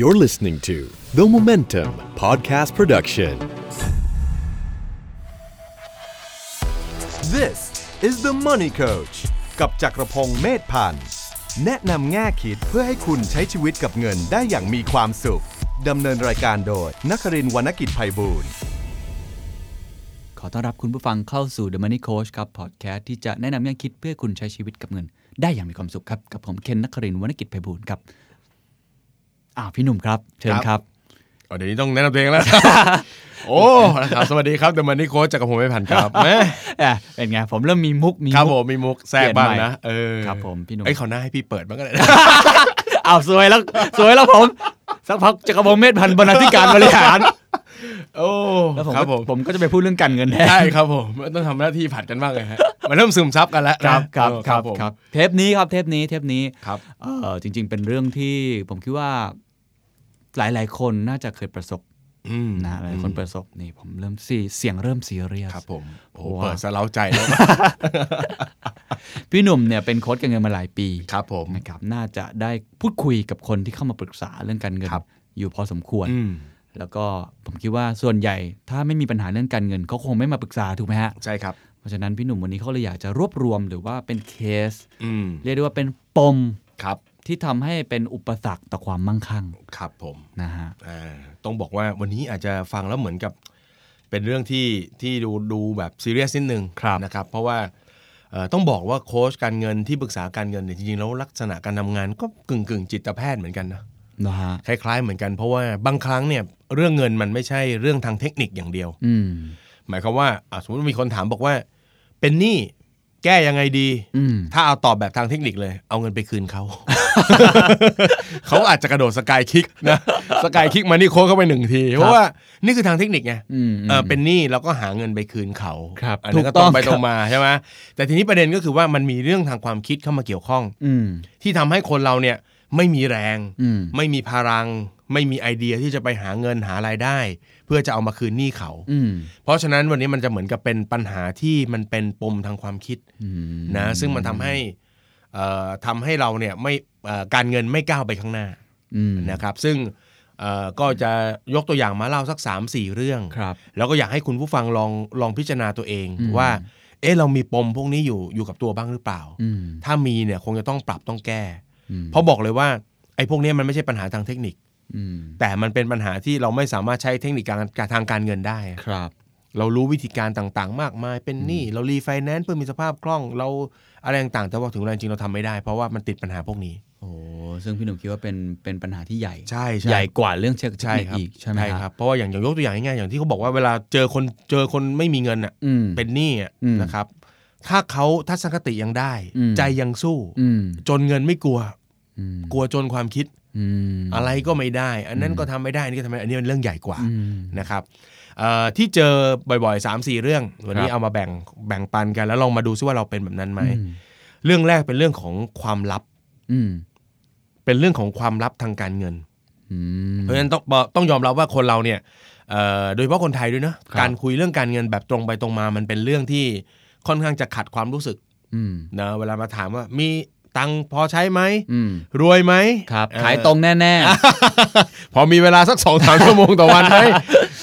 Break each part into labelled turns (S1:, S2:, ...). S1: You're listening to The Momentum Podcast Production.
S2: This is the Money Coach กับจักรพงศ์เมธพันธ์ แนะนำแง่คิดเพื่อให้คุณใช้ชีวิตกับเงินได้อย่างมีความสุข ดำเนินรายการโดยนักรินทร์วรรณกิจไพบูลย์
S3: ขอต้อนรับคุณผู้ฟังเข้าสู่ The Money Coach ครับ พอดแคสต์ที่จะแนะนำแง่คิดเพื่อคุณใช้ชีวิตกับเงิน ได้อย่างมีความสุขครับ กับผมเคนนักครินทร์วรรณกิจไพบูลย์ครับ อ่าพี่หนุ่มครับ เชิญครับ
S4: อ๋อเดี๋ยวนี้ต้องแนะนำตัวเอง แล้ว โอ้นะครับสวัสดีครับเดมันนี่โค้ชจากรผมไม่ผ่าน ครับแม่
S3: เอ่อเป็นไง ผมเริ่มมีมุก มี
S4: ครับผ
S3: มุก
S4: มมีมุกแทรกบ้างนะ
S3: เปลี่น
S4: เอย
S3: ใหม่
S4: อ
S3: ครับผมพี่หนุ่ม
S4: ไอ้ยเขาวหน้าให้พี่เปิดบ้างก็ ได้
S3: อ้าวสวยแล้ว สวยแล้วผม สักพักจักรพงศ์เมธพันธ์บรรณาธิการบริหาร
S4: โอ้
S3: แล้วผม
S4: ค
S3: ก็
S4: รับผม
S3: ผมก็จะไปพูดเรื่องการเงินแทน
S4: ใช่ครับผมต้องทำหน้าที่ผัดกันบ้า งเลยฮะมันเริ่มซึมซับกันแล้ว
S3: ครับ
S4: นะครับ เออ
S3: ครับ
S4: ผม
S3: ครับ เทปนี้ครับเทปนี้เทปนี้
S4: ครับ
S3: เอ่อจริง ๆ เป็นเรื่องที่ผมคิดว่าหลาย ๆ คนน่าจะเคยประสบ
S4: อืม
S3: นะหลายคนประสบนี่ผมเริ่มซีเสียงเริ่มซีเรียส
S4: ครับผมโอ้
S3: ว้าว
S4: เปิดสะเล้าใจแล้ว
S3: พี่หนุ่มเนี่ยเป็นโค้ชการเงินมาหลายปี
S4: ครับผม
S3: นะครับน่าจะได้พูดคุยกับคนที่เข้ามาปรึกษาเรื่องการเงิน
S4: ครับ
S3: อยู่พอสมควร
S4: อืม
S3: แล้วก็ผมคิดว่าส่วนใหญ่ถ้าไม่มีปัญหาเรื่องการเงินเขาคงไม่มาปรึกษาถูกไหมฮะ
S4: ใช่ครับ
S3: เพราะฉะนั้นพี่หนุ่มวันนี้เขาเลยอยากจะรวบรวมหรือว่าเป็นเคส
S4: อืม
S3: เรียกได้ว่าเป็นปม
S4: ครับ
S3: ที่ทำให้เป็นอุปสรรคต่อความมั่งคั่ง
S4: ครับผม
S3: นะฮะ
S4: อ่าต้องบอกว่าวันนี้อาจจะฟังแล้วเหมือนกับเป็นเรื่องที่ที่ดูดูแบบซีเรียสนิดนึง
S3: ครับ
S4: นะครับ เพราะว่าเอ่อต้องบอกว่าโค้ชการเงินที่ปรึกษาการเงินเนี่ยจริงๆแล้วลักษณะการทำงานก็กึ่งกึ่งๆจิตแพทย์เหมือนกันนะ
S3: นะฮะ
S4: คล้ายๆเหมือนกันเพราะว่าบางครั้งเนี่ยเรื่องเงินมันไม่ใช่เรื่องทางเทคนิคอย่างเดียว
S3: อืม
S4: หมายความว่าอ่ะสมมติมีคนถามบอกว่า เป็นหนี้แก้ยังไงดี
S3: อืม
S4: ถ้าเอาตอบแบบทางเทคนิคเลย เอาเงินไปคืนเขา เขาอาจจะกระโดดสกายคิกนะสกายคิกมานี่โค้งเข้าไปหนึ่งที เพราะว่านี่คือทางเทคนิคไง
S3: อืมม
S4: เออเป็นหนี้เราก็หาเงินไปคืนเขา
S3: ครับ
S4: อันนี้นก็
S3: ถูกต้
S4: ตร
S3: อง
S4: งไป
S3: ครับ
S4: ตรงมาใช่ไหมแต่ทีนี้ประเด็นก็คือว่ามันมีเรื่องทางความคิดเข้ามาเกี่ยวข้อง
S3: อืม
S4: ที่ทำให้คนเราเนี่ยไม่มีแรง
S3: อืม
S4: ไม่มีพลัง ไม่มีไอเดียที่จะไปหาเงินหารายได้ เพื่อจะเอามาคืนหนี้เขา
S3: อืม
S4: เพราะฉะนั้นวันนี้มันจะเหมือนกับเป็นปัญหาที่มันเป็นปมทางความคิด
S3: อืม
S4: นะซึ่งมันทำให้เอ่อทำให้เราเนี่ยไม่เอ่อการเงินไม่ก้าวไปข้างหน้า
S3: อืม
S4: นะครับ ซึ่งเอ่อก็จะยกตัวอย่างมาเล่าสัก 3 4 เรื่อง
S3: ครับ
S4: แล้วก็อยากให้คุณผู้ฟังลองลองพิจารณาตัวเองว่าเอ๊ะเรามีปมพวกนี้อยู่อยู่กับตัวบ้างหรือเปล่า
S3: อืม
S4: ถ้ามีเนี่ยคงจะต้องปรับต้องแก้
S3: อืม
S4: เพราะบอกเลยว่าไอ้พวกเนี้ยมันไม่ใช่ปัญหาทางเทคนิค
S3: อืม
S4: แต่มันเป็นปัญหาที่เราไม่สามารถใช้เทคนิคการทางการเงินได้
S3: ครับ
S4: เรารู้วิธีการต่างๆ มากมายเป็นหนี้เรารีไฟแนนซ์เพื่อมีสภาพคล่อง เราอะไรต่างๆ แต่ว่าถึงเวลาจริงเราทำไม่ได้ เพราะว่ามันติดปัญหาพวกนี้
S3: โอ้ซึ่งพี่หนุ่มคิดว่าเป็นเป็นปัญหาที่ใหญ่
S4: ใช่ใช่
S3: ใหญ่กว่าเรื่องเช็คเทค
S4: ใช่
S3: นิค
S4: ครับ
S3: อีกใช่ไหมครับ
S4: เพราะว่าอย่างอย่างยกตัวอย่างง่ายๆอย่างที่เขาบอกว่าเวลาเจอคนเจอคนไม่มีเงินอ่ะ
S3: อืม
S4: เป็นหนี้อะ
S3: อืม
S4: นะครับ ถ้าเขาทัศนคติยังได้
S3: อืม
S4: ใจยังสู้
S3: อืม
S4: จนเงินไม่กลัว
S3: อืม
S4: กลัวจนความคิด
S3: อืม
S4: อะไรก็ไม่ได้ อันนั้นก็ทำไม่ได้อันนี่ก็ทำไม่ได้อันนี้มันเรื่องใหญ่กว่า
S3: อืม
S4: นะครับเอ่อที่เจอบ่อยๆ 3 4 เรื่อง วัน
S3: ค
S4: นี้
S3: รับ
S4: เอามาแบ่งแบ่งปันกัน แล้วลองมาดูซิว่าเราเป็นแบบนั้นไหม
S3: อืม
S4: เรื่องแรกเป็นเรื่องของความลับ
S3: อืม
S4: เป็นเรื่องของความลับทางการเงิน
S3: อืม
S4: เพราะฉะนั้นต้องบอกต้องยอมรับว่าคนเราเนี่ยเอ่อโดยเฉพาะคนไทยด้วยนะครับ การคุยเรื่องการเงินแบบตรงไปตรงมา มันเป็นเรื่องที่ค่อนข้างจะขัดความรู้สึก
S3: อืม
S4: นะเวลามาถามว่ามีตังค์พอใช้ไหม
S3: อืม
S4: รวยไหม
S3: ครับ
S4: เอ่อ
S3: ขายตรงแน่
S4: พอมีเวลาสักสองสามชั่วโมงต่อวันไห ม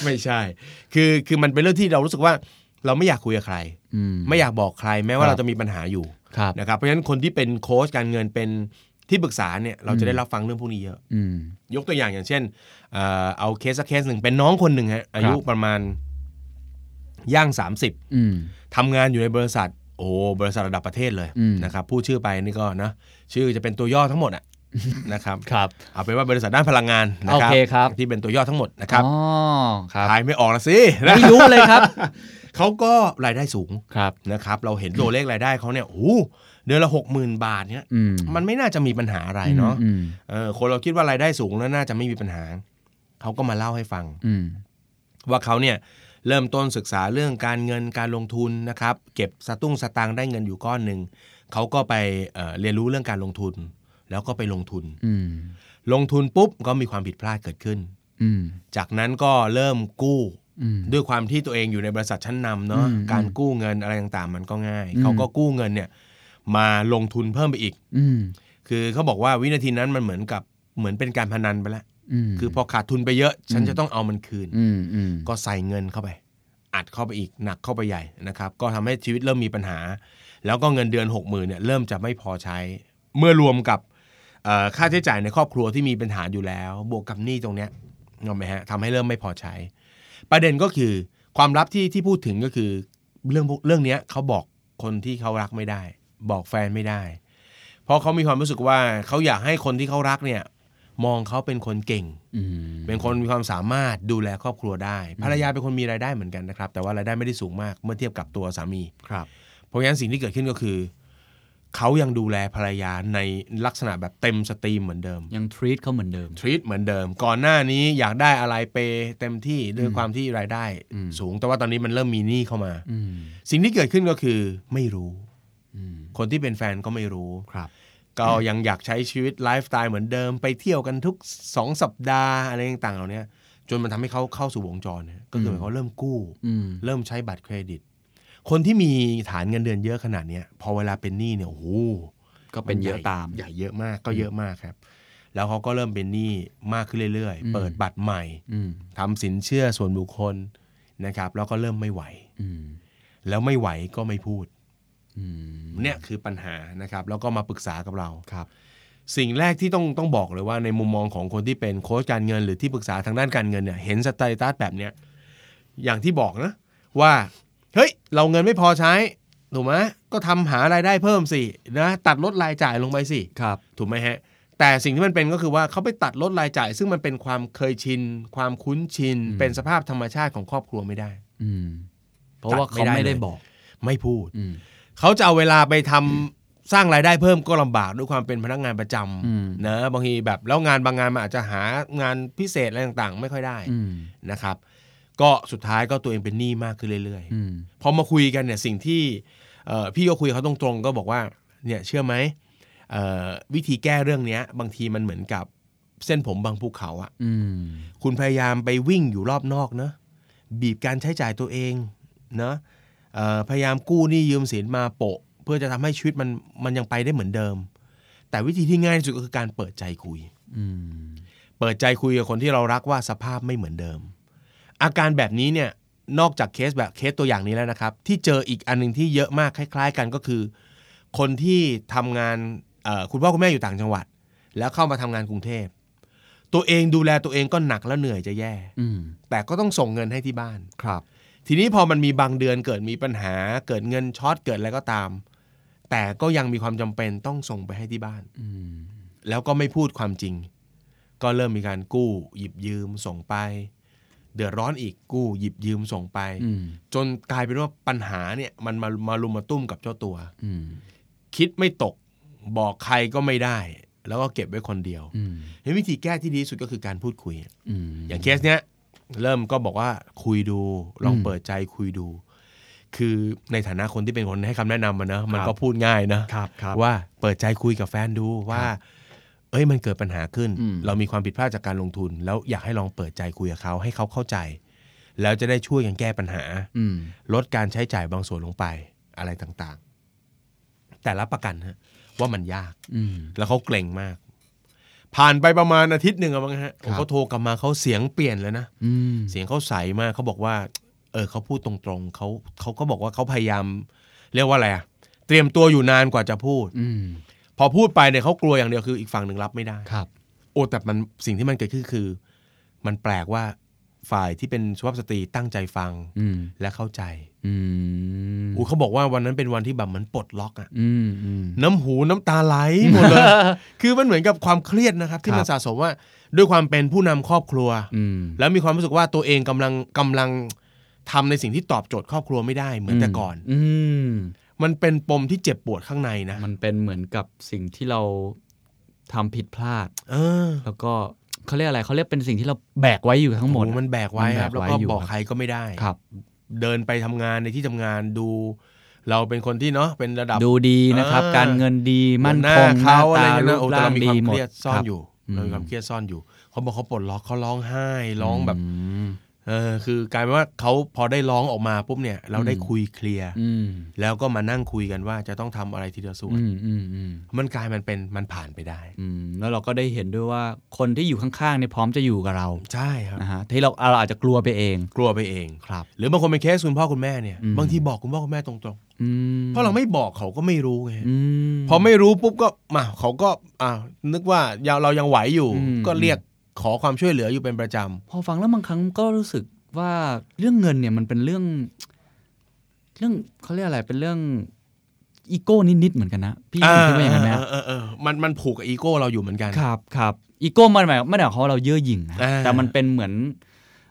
S4: ไม่ใช่ คือคือมันเป็นเรื่องที่เรารู้สึกว่าเราไม่อยากคุยกับใคร
S3: ๆอืม
S4: ไม่อยากบอกใครแม้
S3: ค
S4: ว่า
S3: รับ
S4: เราจะมีปัญหาอยู่
S3: ครับ
S4: นะครับเพราะฉะนั้นคนที่เป็นโค้ชการเงินเป็นที่ปรึกษาเนี่ยเราจะได้รับฟังเรื่องพวกนี้เยอะ
S3: อืม
S4: ยกตัวอย่างอย่างเช่นเอ่อเอาเคสสักเคสหนึ่งเป็นน้องคนหนึ่งฮะอายุประมาณย่าง 30
S3: อืม
S4: ทำงานอยู่ในบริษัท โอ้โหบริษัทระดับประเทศเลย
S3: อืม
S4: นะครับพูดชื่อไปนี่ก็นะชื่อจะเป็นตัวย่อทั้งหมดอะ นะครับ
S3: ครับ
S4: เอาเป็นว่าบริษัทด้านพลังงานนะครั
S3: โอเคครับ
S4: ที่เป็นตัวย่อทั้งหมดนะครับ
S3: อ๋อครับ
S4: ทายไม่ออกละสินะ
S3: ไม่รู้เลย ครับ
S4: เขาก็รายได้สูง
S3: ครับ
S4: นะครับ เราเห็นตัวเลขรายได้เขาเนี่ยโอ้โหเดือนละหกหมื่นบาทเนี่ย
S3: อืม
S4: มันไม่น่าจะมีปัญหาอะไรเนาะ
S3: อืม
S4: เออคนเราคิดว่ารายได้สูงแล้วน่าจะไม่มีปัญหา เขาก็มาเล่าให้ฟัง
S3: อืม
S4: ว่าเขาเนี่ยเริ่มต้นศึกษาเรื่องการเงินการลงทุนนะครับ เก็บสตุ้งสตางค์ได้เงินอยู่ก้อนหนึ่งเขาก็ไปเอ่อเรียนรู้เรื่องการลงทุน แล้วก็ไปลงทุน
S3: อืม
S4: ลงทุนปุ๊บก็มีความผิดพลาดเกิดขึ้น
S3: อืม
S4: จากนั้นก็เริ่มกู้
S3: อืม
S4: ด้วยความที่ตัวเองอยู่ในบริษัทชั้นนำเนาะ
S3: อืม
S4: การกู้เงินอะไรต่างๆ มันก็ง่าย
S3: อืม
S4: เขาก็กู้เงินเนี่ยมาลงทุนเพิ่มไปอีก
S3: อืม
S4: คือเขาบอกว่าวินาทีนั้นมันเหมือนกับเหมือนเป็นการพนันไปแล้ว
S3: ม
S4: คือพอขาดทุนไปเยอะ ฉันจะต้องเอามันคืน
S3: อืมอืม
S4: ก็ใส่เงินเข้าไป อัดเข้าไปอีกหนักเข้าไปใหญ่นะครับ ก็ทำให้ชีวิตเริ่มมีปัญหา แล้วก็เงินเดือน 6 0,000ื่นเนี่ยเริ่มจะไม่พอใช้ เมื่อรวมกับเอ่อค่าใช้จ่ายในครอบครัวที่มีปัญหาอยู่แล้ว บวกกับหนี้ตรงเนี้ยเห็นไหมฮะทำให้เริ่มไม่พอใช้ ประเด็นก็คือความลับที่ที่พูดถึงก็คือเรื่องพวกเรื่องเนี้ยเขาบอกคนที่เขารักไม่ได้ บอกแฟนไม่ได้ เพราะเขามีความรู้สึกว่าเขาอยากให้คนที่เขารักเนี่ยมองเขาเป็นคนเก่ง
S3: อืม
S4: เป็นคนมีความสามารถดูแลครอบครัวได้ ภรรยาเป็นคนมีรายได้เหมือนกันนะครับ แต่ว่ารายได้ไม่ได้สูงมากเมื่อเทียบกับตัวสามี
S2: ครับ
S4: เพราะงั้นสิ่งที่เกิดขึ้นก็คือ เขายังดูแลภรรยาในลักษณะแบบเต็มสตรีมเหมือนเดิม
S3: ยังทรีตเขาเหมือนเดิม
S4: ทรีตเหมือนเดิม ก่อนหน้านี้อยากได้อะไรเปย์เต็มที่ด้วยความที่รายได้
S3: อืม
S4: สูง แต่ว่าตอนนี้มันเริ่มมีหนี้เข้ามา
S3: อืม
S4: สิ่งที่เกิดขึ้นก็คือไม่รู้
S3: อืม
S4: คนที่เป็นแฟนก็ไม่รู้
S2: ครับ
S4: ก็ยังอยากใช้ชีวิตไลฟ์สไตล์เหมือนเดิมไปเที่ยวกันทุก 2 สัปดาห์อะไรต่างๆเหล่าเนี้ยจนมันทำให้เขาเข้าสู่วงจรเนี่ยก็คือหมายความว่าเริ่มกู้
S3: อืม
S4: เริ่มใช้บัตรเครดิต คนที่มีฐานเงินเดือนเยอะขนาดเนี้ยพอเวลาเป็นหนี้เนี่ยโอ้โห
S3: ก็เป็นเยอะตาม
S4: ใหญ่เยอะมากก็เยอะมากครับ แล้วเขาก็เริ่มเป็นหนี้มากขึ้นเรื่อย
S3: อืม
S4: ๆ เปิดบัตรใหม่
S3: อืม
S4: ทำสินเชื่อส่วนบุคคลนะครับ แล้วก็เริ่มไม่ไหว
S3: อืม
S4: แล้วไม่ไหวก็ไม่พูด
S3: อืม
S4: เนี่ยคือปัญหานะครับ แล้วก็มาปรึกษากับเรา
S2: ครับ
S4: สิ่งแรกที่ต้องต้องบอกเลยว่าในมุมมองของคนที่เป็นโค้ชการเงินหรือที่ปรึกษาทางด้านการเงินเนี่ยเห็นสเตตัสแบบเนี้ยอย่างที่บอกนะ ว่า เฮ้ย เราเงินไม่พอใช้ ถูกไหมก็ทำหารายได้เพิ่มสินะตัดลดรายจ่ายลงไปสิ
S3: ครับ
S4: ถูกไหมฮะ แต่สิ่งที่มันเป็นก็คือว่าเขาไปตัดลดรายจ่าย ซึ่งมันเป็นความเคยชิน ความคุ้นชิน เป็นสภาพธรรมชาติของครอบครัวไม่ได้
S3: อืมเพราะว่าเขา
S4: ไม่
S3: ไม่
S4: ได้เลย
S3: ได้บอก
S4: ไม่พูด
S3: อืม
S4: เขาจะเอาเวลาไปทำสร้างรายได้เพิ่มก็ลำบากด้วยความเป็นพนักงานประจ
S3: อืม
S4: ำนะบางทีแบบแล้วงานบางงานมันอาจจะหางานพิเศษอะไรต่างๆ ไม่ค่อยได้
S3: อืม
S4: นะครับ ก็สุดท้ายก็ตัวเองเป็นหนี้มากขึ้นเรื่อย
S3: อืม
S4: ๆพอมาคุยกันเนี่ยสิ่งที่เอ่อพี่ก็คุยกับเขาตรงๆ ก็บอกว่าเนี่ยเชื่อไหมเอ่อวิธีแก้เรื่องเนี้ย บางทีมันเหมือนกับเส้นผมบางภูเขาอะ
S3: อืม
S4: คุณพยายามไปวิ่งอยู่รอบนอกเนอะบีบการใช้จ่ายตัวเองเนอะเอ่อพยายามกู้หนี้ยืมสินมาโปะ เพื่อจะทำให้ชีวิตมันมันยังไปได้เหมือนเดิม แต่วิธีที่ง่ายที่สุดก็คือการเปิดใจคุย
S3: อืม
S4: เปิดใจคุยกับคนที่เรารักว่าสภาพไม่เหมือนเดิม อาการแบบนี้เนี่ยนอกจากเคสแบบเคสตัวอย่างนี้แล้วนะครับ ที่เจออีกอันหนึงที่เยอะมากคล้าย ๆ กันก็คือ คนที่ทำงานเอ่อคุณพ่อคุณแม่อยู่ต่างจังหวัด แล้วเข้ามาทำงานกรุงเทพ ตัวเองดูแลตัวเองก็หนักแล้วเหนื่อยจะแย่
S3: อืม
S4: แต่ก็ต้องส่งเงินให้ที่บ้าน
S2: ครับ
S4: ทีนี้พอมันมีบางเดือนเกิดมีปัญหา เกิดเงินช็อตเกิดอะไรก็ตาม แต่ก็ยังมีความจำเป็นต้องส่งไปให้ที่บ้าน
S3: อืม
S4: แล้วก็ไม่พูดความจริง ก็เริ่มมีการกู้ หยิบยืมส่งไป เดือดร้อนอีกกู้หยิบยืมส่งไป
S3: อืม
S4: จนกลายเป็นว่าปัญหาเนี่ยมันมามาลุมมาตุ้มกับเจ้าตัว
S3: อืม
S4: คิดไม่ตกบอกใครก็ไม่ได้ แล้วก็เก็บไว้คนเดียว
S3: อืม
S4: เห็นวิธีแก้ที่ดีที่สุดก็คือการพูดคุย
S3: อืม
S4: อย่างเคสเนี้ยเริ่มก็บอกว่าคุยดูลอง
S3: อืม
S4: เปิดใจคุยดู คือในฐานะคนที่เป็นคนให้คำแนะนำมันนะมันก็พูดง่ายนะครับ
S2: ครับ
S4: ว่าเปิดใจคุยกับแฟนดูว่า เอ้ยมันเกิดปัญหาขึ้น
S3: อืม
S4: เรามีความผิดพลาดจากการลงทุน แล้วอยากให้ลองเปิดใจคุยกับเขาให้เขาเข้าใจ แล้วจะได้ช่วยกันแก้ปัญหา
S3: อืม
S4: ลดการใช้จ่ายบางส่วนลงไปอะไรต่างๆ แต่รับประกันฮะว่ามันยาก
S3: อืม
S4: แล้วเขาเกรงมาก ผ่านไปประมาณอาทิตย์หนึ่งอะมั้งฮะผมก็โทรกลับมาเขาเสียงเปลี่ยนแล้วนะ
S3: อืม
S4: เสียงเขาใสมากเขาบอกว่า เออเขาพูดตรงๆเขาเขาก็บอกว่าเขาพยายาม เรียกว่าอะไรอะเตรียมตัวอยู่นานกว่าจะพูด
S3: อืม
S4: พอพูดไปเนี่ยเขากลัวอย่างเดียวคืออีกฝั่งหนึ่งรับไม่ได้
S3: ครับ
S4: โอ้แต่มันสิ่งที่มันเกิดขึ้นคือ มันแปลกว่าฝ่ายที่เป็นสุภาพสตรีตั้งใจฟัง
S3: อืม
S4: และเข้าใจ
S3: อืม
S4: อูเขาบอกว่าวันนั้นเป็นวันที่แบบเหมือนปลดล็อกอะ
S3: อืมอืม
S4: น้ำหูน้ำตาไหลหมดเลย คือมันเหมือนกับความเครียดนะครับ ที่
S3: ครับ
S4: มันสะสมว่าด้วยความเป็นผู้นำครอบครัว
S3: อืม
S4: แล้วมีความรู้สึกว่าตัวเองกำลังกำลังทำในสิ่งที่ตอบโจทย์ครอบครัวไม่ได้เหมือนแต่ก่อน
S3: อืม
S4: มันเป็นปมที่เจ็บปวดข้างในนะ
S3: มันเป็นเหมือนกับสิ่งที่เราทำผิดพลาด
S4: เออ
S3: แล้วก็เขาเรียกอะไรเขาเรียกเป็นสิ่งที่เราแบกไว้อยู่ทั้งหมด
S4: โอ้โมันแบกไว้
S3: มันแบก
S4: ครับแล้ว
S3: ไว้
S4: ก็
S3: อยู่
S4: บอ
S3: ค
S4: ก
S3: รับ
S4: ใครก็ไม่ได้
S3: ครับ
S4: เดินไปทำงานในที่ทำงานดู เราเป็นคนที่เนาะเป็นระดับ
S3: ดูดีนะครับ
S4: เออ
S3: การเงินดีมั่น
S4: หัวหา
S3: คงหน้าตา
S4: เขาอะไรเ
S3: รู
S4: งี้ยนะโอ้
S3: ป
S4: แต่
S3: ร่า
S4: เรา
S3: ง
S4: มี
S3: ดี
S4: ค
S3: หม
S4: วามเค
S3: ด
S4: รียดซ่อน
S3: ครับ
S4: อยู่
S3: อืม
S4: เรามีความเครียดซ่อนอยู่เขาบอกเขาปลดล็อกเขาร้องไห้ ร้องแบบ
S3: อืม
S4: เออคือกลายเป็นว่าเขาพอได้ร้องออกมาปุ๊บเนี่ย เราได้คุยเคลียร์
S3: อืม
S4: แล้วก็มานั่งคุยกันว่าจะต้องทำอะไรทีละส่วน
S3: อืมอืมอืม
S4: มันกลายมันเป็นมันผ่านไปได้
S3: อืมแล้วเราก็ได้เห็นด้วยว่าคนที่อยู่ข้างๆเนี่ยพร้อมจะอยู่กับเรา
S4: ใช่ครับ
S3: นะฮะที่เราเราอาจจะกลัวไปเอง
S4: กลัวไปเอง
S3: ครับ
S4: หรือบางคนเป็นเคสคุณพ่อคุณแม่เนี่ย
S3: อืม
S4: บางทีบอกคุณพ่อคุณแม่ตรง
S3: อืม
S4: ๆ เพราะเราไม่บอกเขาก็ไม่รู้ไง
S3: อืม
S4: พอไม่รู้ปุ๊บก็มาเขาก็อ่านึกว่าเราเรายังไหวอยู่
S3: อืม
S4: ก็เรียกขอความช่วยเหลืออยู่เป็นประจ
S3: พอฟังแล้วบางครั้งก็รู้สึกว่าเรื่องเงินเนี่ยมันเป็นเรื่อง เรื่องเขาเรียกอะไรเป็นเรื่องอีโก้นิดๆเหมือนกันนะพี่
S4: ำ
S3: คิดว่าอย่างนั้นไหม
S4: เออเออมันมันผูกกับอีโก้เราอยู่เหมือนกัน
S3: ครับครับอีโก้มันหมายไม่ได้หมายความว่าเราเย่อหยิ่งนะ
S4: อ่า
S3: แต่มันเป็นเหมือน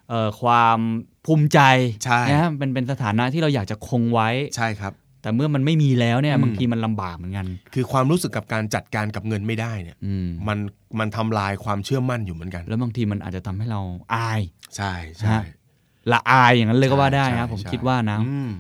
S3: เอ่อความภูมิใจ
S4: ใช่
S3: นะเป็นเป็นสถานะที่เราอยากจะคงไว้
S4: ใช่ครับ
S3: แต่เมื่อมันไม่มีแล้วเนี่ย
S4: อืม
S3: บางทีมันลำบากเหมือนกัน
S4: คือความรู้สึกกับการจัดการกับเงินไม่ได้เนี่ย
S3: อืม
S4: มันมันทำลายความเชื่อมั่นอยู่เหมือนกัน
S3: แล้วบางทีมันอาจจะทำให้เราอาย
S4: ใช่
S3: ฮะ
S4: ใช่
S3: ละอายอย่างนั้นเลยก็ว่าได้
S4: ใช่
S3: นะผม
S4: ใช่
S3: คิดว่านะ
S4: อืม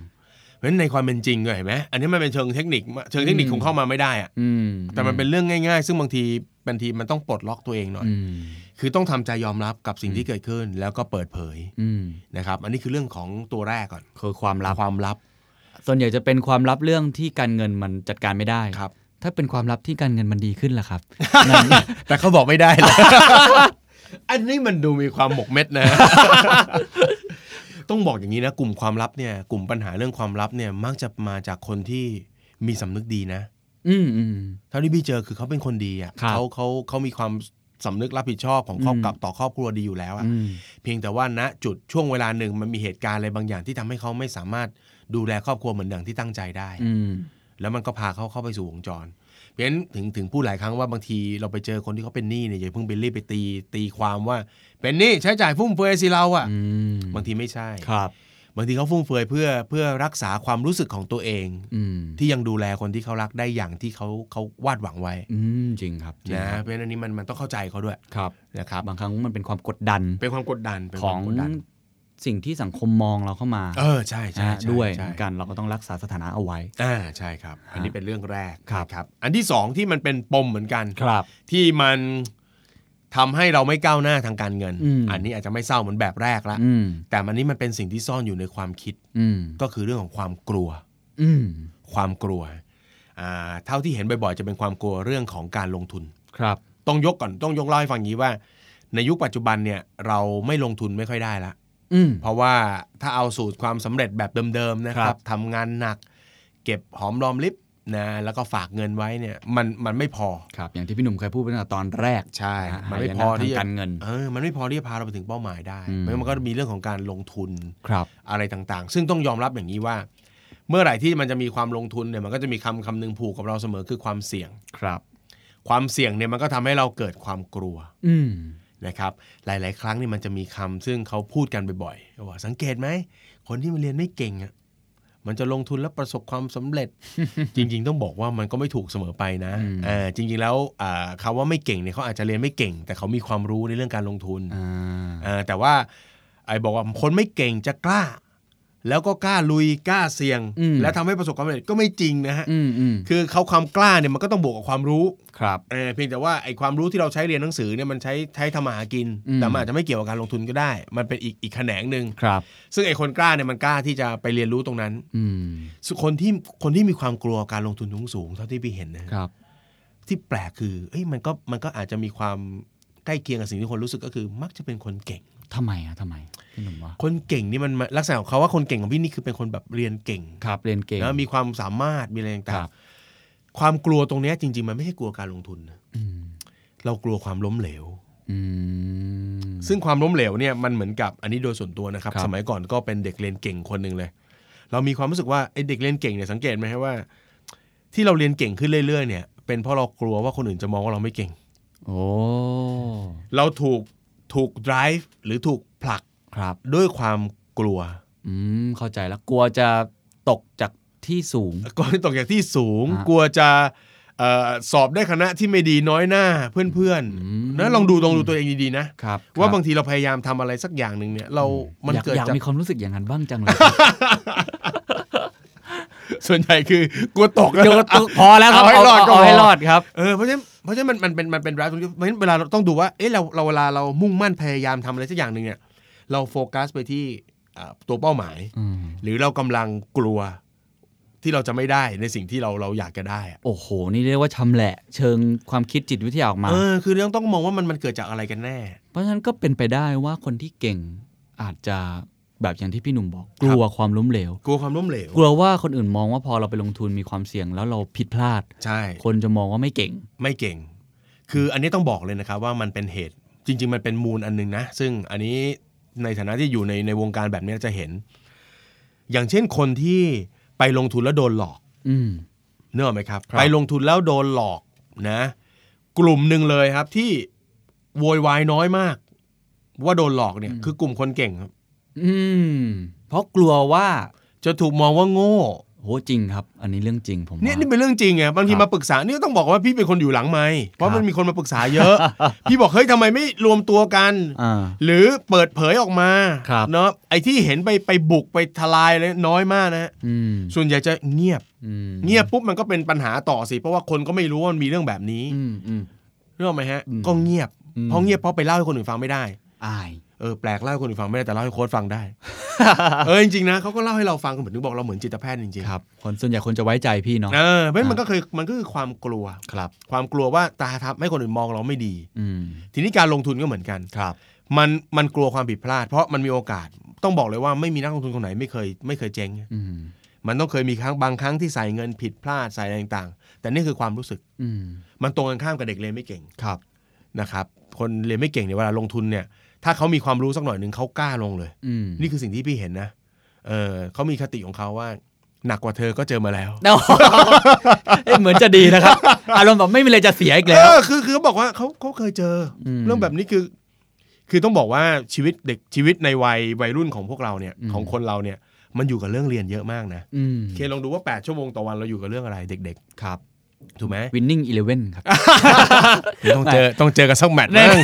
S4: เพราะฉะนั้นในความเป็นจริงก็เห็นไหมอันนี้มันเป็นเชิงเทคนิคเชิงเทคนิค
S3: อืม
S4: คงเข้ามาไม่ได้อะ
S3: อืม
S4: แต่มันเป็นเรื่องง่ายๆ ซึ่งบางทีบางทีมันต้องปลดล็อกตัวเองหน่อย
S3: อืม
S4: คือต้องทำใจยอมรับกับสิ่งที่เกิดขึ้น แล้วก็เปิดเผย
S3: อืม
S4: นะครับ อันนี้คือเรื่องของตัวแรกก่อน
S3: คือความลับ
S4: ความลับ
S3: ส่วนใหญ่จะเป็นความลับเรื่องที่การเงินมันจัดการไม่ได้
S4: ครับ
S3: ถ้าเป็นความลับที่การเงินมันดีขึ้นล่ะครับ
S4: แต่เขาบอกไม่ได้ เลย อันนี้มันดูมีความหมกเม็ดนะ ต้องบอกอย่างนี้นะ กลุ่มความลับเนี่ย กลุ่มปัญหาเรื่องความลับเนี่ย มักจะมาจากคนที่มีสำนึกดีนะ
S3: อืมอืม
S4: เท่าที่พี่เจอคือเขาเป็นคนดีอ่ะ
S3: ครับ
S4: เขาเขาเขามีความสำนึกรับผิดชอบของครอบ
S3: อืม
S4: กับต่อครอบครัวดีอยู่แล้วอ่ะ
S3: อืม
S4: เพียงแต่ว่าณจุดช่วงเวลาหนึ่งมันมีเหตุการณ์อะไรบางอย่างที่ทำให้เขาไม่สามารถดูแลครอบครัวเหมือนดังที่ตั้งใจได้
S3: อืม
S4: แล้วมันก็พาเขาเข้าไปสู่วงจร เพราะฉะนั้นถึงถึงพูดหลายครั้งว่าบางทีเราไปเจอคนที่เขาเป็นหนี้เนี่ยอย่าเพิ่งไปรีบไปตีตีความว่า เป็นหนี้ใช้จ่ายฟุ่มเฟือยสิเราอ่ะ
S3: อืม
S4: บางทีไม่ใช่
S3: ครับ
S4: บางทีเขาฟุ่มเฟือยเพื่อเพื่อรักษาความรู้สึกของตัวเอง
S3: อืม
S4: ที่ยังดูแลคนที่เขารักได้อย่างที่เขาเขาวาดหวังไว้
S3: อืมจริงครับจริง
S4: นะครับ เพราะฉะนั้นอันนี้มันมันต้องเข้าใจเขาด้วย
S3: ครับ
S4: นะครับ
S3: บางครั้งมันเป็นความกดดัน
S4: เป็นความกดดันเป็น
S3: ข
S4: ค
S3: อ
S4: วาม
S3: ง
S4: กดดัน
S3: สิ่งที่สังคมมองเราเข้ามา
S4: เออใช่ใช่
S3: นะฮะ
S4: ใช่
S3: ด้วย
S4: ใช่
S3: เหมือนกันเราก็ต้องรักษาสถานะเอาไว้
S4: อ่าใช่ครับ อันนี้
S3: ฮะ
S4: เป็นเรื่องแรก
S3: ครับ
S4: นะครับ อันที่สองที่มันเป็นปมเหมือนกัน
S3: ครับ
S4: ที่มันทำให้เราไม่ก้าวหน้าทางการเงิน
S3: อืม
S4: นนี้อาจจะไม่เศร้าเหมือนแบบแรกละ
S3: อืม
S4: แต่มันนี้มันเป็นสิ่งที่ซ่อนอยู่ในความคิด
S3: อืม
S4: ก็คือเรื่องของความกลัว
S3: อืม
S4: ความกลัวอ่าเท่าที่เห็นบ่อยๆจะเป็นความกลัวเรื่องของการลงทุน
S3: ครับ
S4: ต้องยกก่อนต้องยกเล่าให้ฟังอย่างนี้ว่า ในยุคปัจจุบันเนี่ยเราไม่ลงทุนไม่ค่อยได้ละ
S3: อืม
S4: เพราะว่าถ้าเอาสูตรความสำเร็จแบบเดิมๆนะค
S3: ครั
S4: รับบ ทำงานหนัก เก็บหอมรอมริบนะแล้วก็ฝากเงินไว้เนี่ยมันมันไม่พอ
S3: ครับ อย่างที่พี่หนุ่มเคยพูดไปตั้งแต่ตอนแรก
S4: ใช่
S3: ะฮะ
S4: มันไม่
S3: หาย
S4: พ
S3: นะ
S4: อ
S3: ทาง
S4: ที่จะ
S3: การเงิน
S4: เออมันไม่พอที่จะพาเราไปถึงเป้าหมายได้
S3: อืม
S4: เพราะฉะนั้นมันก็มีเรื่องของการลงทุน
S3: ครับ
S4: อะไรต่างๆ ซึ่งต้องยอมรับอย่างนี้ว่า เมื่อไหร่ที่มันจะมีความลงทุนเนี่ยมันก็จะมีคำคำหนึงผูกกับเราเสมอคือความเสี่ยง
S3: ครับ
S4: ความเสี่ยงเนี่ยมันก็ทำให้เราเกิดความกลัว
S3: อืม
S4: นะครับหลาย ๆ ครั้งนี่มันจะมีคำซึ่งเขาพูดกันบ่อยๆว่าสังเกตไหม คนที่มันเรียนไม่เก่งอ่ะมันจะลงทุนแล้วประสบความสำเร็จ จริง ๆ ต้องบอกว่ามันก็ไม่ถูกเสมอไปนะ
S3: อืม
S4: เออจริง ๆ แล้วอ่าคำว่าไม่เก่งเนี่ยเขาอาจจะเรียนไม่เก่ง แต่เขามีความรู้ในเรื่องการลงทุน
S3: อ่า
S4: เออแต่ว่าไอ้บอกว่าคนไม่เก่งจะกล้า แล้วก็กล้าลุยกล้าเสี่ยง
S3: อืม
S4: และทำให้ประสบความสำเร็จก็ไม่จริงนะฮะ
S3: อืมอืม
S4: คือเขาความกล้าเนี่ยมันก็ต้องบวกกับความรู้
S3: ครับ
S4: เออเพียงแต่ว่าไอความรู้ที่เราใช้เรียนหนังสือเนี่ยมันใช้ใช้ทำมาหากิน
S3: อืม
S4: แต่มันอาจจะไม่เกี่ยวกับการลงทุนก็ได้ มันเป็นอีกอีกแขนงหนึ่ง
S3: ครับ
S4: ซึ่งไอคนกล้าเนี่ยมันกล้าที่จะไปเรียนรู้ตรงนั้น
S3: อืม
S4: ส่วนคนที่คนที่มีความกลัวการลงทุนสูงสูงๆเท่าที่พี่เห็นนะครับ ที่แปลกคือเอ้ยมันก็มันก็อาจจะมีความใกล้เคียงกับสิ่งที่คนรู้สึกก็คือ มักจะเป็นคนเก่ง
S3: ทำไมอะทำไมพี่หนุ่มว่า
S4: คนเก่งนี่มันมันลักษณะของเขาว่าคนเก่งของพี่นี่คือเป็นคนแบบเรียนเก่ง
S3: ครับเรียนเก่ง
S4: นะมีความสามารถมีอะไร
S3: ครั
S4: ต่าง
S3: บ
S4: ๆความกลัวตรงเนี้ยจริง ๆ มันไม่ใช่กลัวการลงทุนนะ
S3: อืม
S4: เรากลัวความล้มเหลว
S3: อืม
S4: ซึ่งความล้มเหลวเนี่ยมันเหมือนกับอันนี้โดยส่วนตัวนะครับ
S3: ครับ
S4: สมัยก่อนก็เป็นเด็กเรียนเก่งคนหนึ่งเลย เรามีความรู้สึกว่าไอ้เด็กเรียนเก่งเนี่ยสังเกตไหมฮะว่า ที่เราเรียนเก่งขึ้นเรื่อย ๆ เนี่ย เป็นเพราะเรากลัวว่าคนอื่นจะมองว่าเราไม่เก่ง
S3: โอ้
S4: เราถูกถูก drive หรือถูกผลัก
S3: ครับ
S4: ด้วยความกลัว
S3: อืมเข้าใจแล้วกลัวจะตกจากที่สูง
S4: ก็ตกจากที่สูง
S3: ฮะ
S4: กลัวจะเออสอบได้คณะที่ไม่ดีน้อยหน้าเพื่อน
S3: อืม
S4: ๆนะลองดูลองดูตัวเองดีๆนะครับ ว่าบาง
S3: ครั
S4: ทีเราพยายามทำอะไรสักอย่างหนึ่งเนี่ย เรา
S3: บ
S4: มัน
S3: อยาก
S4: เกิด
S3: อยาก
S4: จาก
S3: มีความรู้สึกอย่างนั้นบ้างจังเลย
S4: ส่วนใหญ่คือกลัวตก นะ
S3: เดี๋ยวก็พอแล้วครับ
S4: เอาให้รอดก็
S3: เอา
S4: พอ
S3: ให้รอดครับ
S4: เออเพราะฉะนั้นเพราะฉะนั้นมันมันเป็นมันเป็นร้ายตรงนี้เพราะฉะนั้นเวลาเราต้องดูว่าเอ๊ะเราเราเวลาเรามุ่งมั่นพยายามทำอะไรสักอย่างหนึ่งเนี่ย เราโฟกัสไปที่เอ่อตัวเป้าหมาย
S3: อืม
S4: หรือเรากำลังกลัวที่เราจะไม่ได้ในสิ่งที่เราเราอยากจะได้อะ
S3: โอ้โห นี่เรียกว่าชำแหละ เชิงความคิดจิตวิทยาออกมา
S4: เออคือต้องต้องมองว่ามันมันเกิดจากอะไรกันแน่
S3: เพราะฉะนั้นก็เป็นไปได้ว่าคนที่เก่งอาจจะแบบอย่างที่พี่หนุ่มบอก กลัวความล้มเหลว
S4: กลัวความล้มเหลว
S3: กลัวว่าคนอื่นมองว่าพอเราไปลงทุนมีความเสี่ยงแล้วเราผิดพลาด
S4: ใช่
S3: คนจะมองว่าไม่เก่ง
S4: ไม่เก่ง คืออันนี้ต้องบอกเลยนะครับว่ามันเป็นเหตุ จริง ๆ มันเป็นมูลอันหนึงนะ ซึ่งอันนี้ในฐานะที่อยู่ในในวงการแบบนี้จะเห็น อย่างเช่นคนที่ไปลงทุนแล้วโดนหลอก
S3: อืม
S4: เนกอะไหมครับ
S3: ครับ
S4: ไปลงทุนแล้วโดนหลอกนะ กลุ่มหนึ่งเลยครับที่โวยวายน้อยมาก ว่าโดนหลอกเนี่ย คือกลุ่มคนเก่งครับ
S3: อืม เพราะกลัวว่า
S4: จะถูกมองว่าโง่
S3: โหจริงครับ อันนี้เรื่องจริงผมว่า
S4: เนี่ยนี่เป็นเรื่องจริงไงบางที
S3: ครับ
S4: มาปรึกษาเนี่ยต้องบอกว่าพี่เป็นคนอยู่หลังไมค์
S3: ค
S4: เพ
S3: รั
S4: ราะ
S3: บ
S4: มันมีคนมาปรึกษาเยอะ พี่บอกเฮ้ยทำไมไม่รวมตัวกัน
S3: อ่า
S4: หรือเปิดเผยออกมา
S3: ครับ
S4: เนาะไอ้ที่เห็นไปไปบุกไปทลายเลยน้อยมากนะฮะ
S3: อืม
S4: ส่วนใหญ่จะเงียบ
S3: อืม
S4: เงียบปุ๊บมันก็เป็นปัญหาต่อสิ เพราะว่าคนก็ไม่รู้ว่ามันมีเรื่องแบบนี้
S3: อืมอืม
S4: เรื่องไหมฮะ
S3: อืม
S4: ก็เงียบ
S3: อืม
S4: เพราะเงียบเพราะไปเล่าให้คนอื่นฟังไม่ได้
S3: อาย
S4: เออแปลกเล่าให้คนอื่นฟังไม่ได้แต่เล่าให้โค้ดฟังได้ เออจริงๆนะเขาก็เล่าให้เราฟังเหมือนถึงบอกเราเหมือนจิตแพทย์จริงๆ
S3: ครับ คนส่วนใหญ่คนจะไว้ใจพี่เนาะ
S4: เออเพราะมันก็เคยมันก็คือความกลัว
S3: ครับ
S4: ความกลัวว่าตาทับให้คนอื่นมองเราไม่ดี
S3: อืม
S4: ทีนี้การลงทุนก็เหมือนกัน
S3: ครับ
S4: มันมันกลัวความผิดพลาด เพราะมันมีโอกาสต้องบอกเลยว่าไม่มีนักลงทุนคนไหนไม่เคยไม่เคยเจ๊ง
S3: อืม
S4: มันต้องเคยมีครั้งบางครั้งที่ใส่เงินผิดพลาดใส่อะไรต่างๆ แต่นี่คือความรู้สึก
S3: อืม
S4: มันตรงกันข้ามกับเด็กเรียนไม่เก่ง
S3: ครับ
S4: นะครับคนเรียนไม่เก่งเนี่ยเวลาลงทุนเนี่ยถ้าเขามีความรู้สักหน่อยหนึ่งเขากล้าลงเลย
S3: อืม
S4: นี่คือสิ่งที่พี่เห็นนะเออเขามีคติของเขาว่า หนักกว่าเธอก็เจอมาแล้ว
S3: เนาะเอ้ยเหมือนจะดีนะครับ อารมณ์แบบไม่มีอะไรจะเสียอีก
S4: เอ
S3: แล้ว
S4: อคือคือเขาบอกว่าเขาเขาเคยเจออ
S3: ม
S4: เรื่องแบบนี้คือ คือต้องบอกว่าชีวิตเด็กชีวิตในวัยวัยรุ่นของพวกเราเนี่ย
S3: อืม
S4: ของคนเราเนี่ยมันอยู่กับเรื่องเรียนเยอะมากนะ
S3: อืม
S4: เคนลองดูว่า 8 ชั่วโมงต่อวันเราอยู่กับเรื่องอะไรเด็ก
S3: ครับ
S4: ๆ ถูกไหม
S3: winning eleven ครับ
S4: เดี๋ ยวต้องเจอต้องเจอกันสักแมตช์
S3: แน่
S4: นึง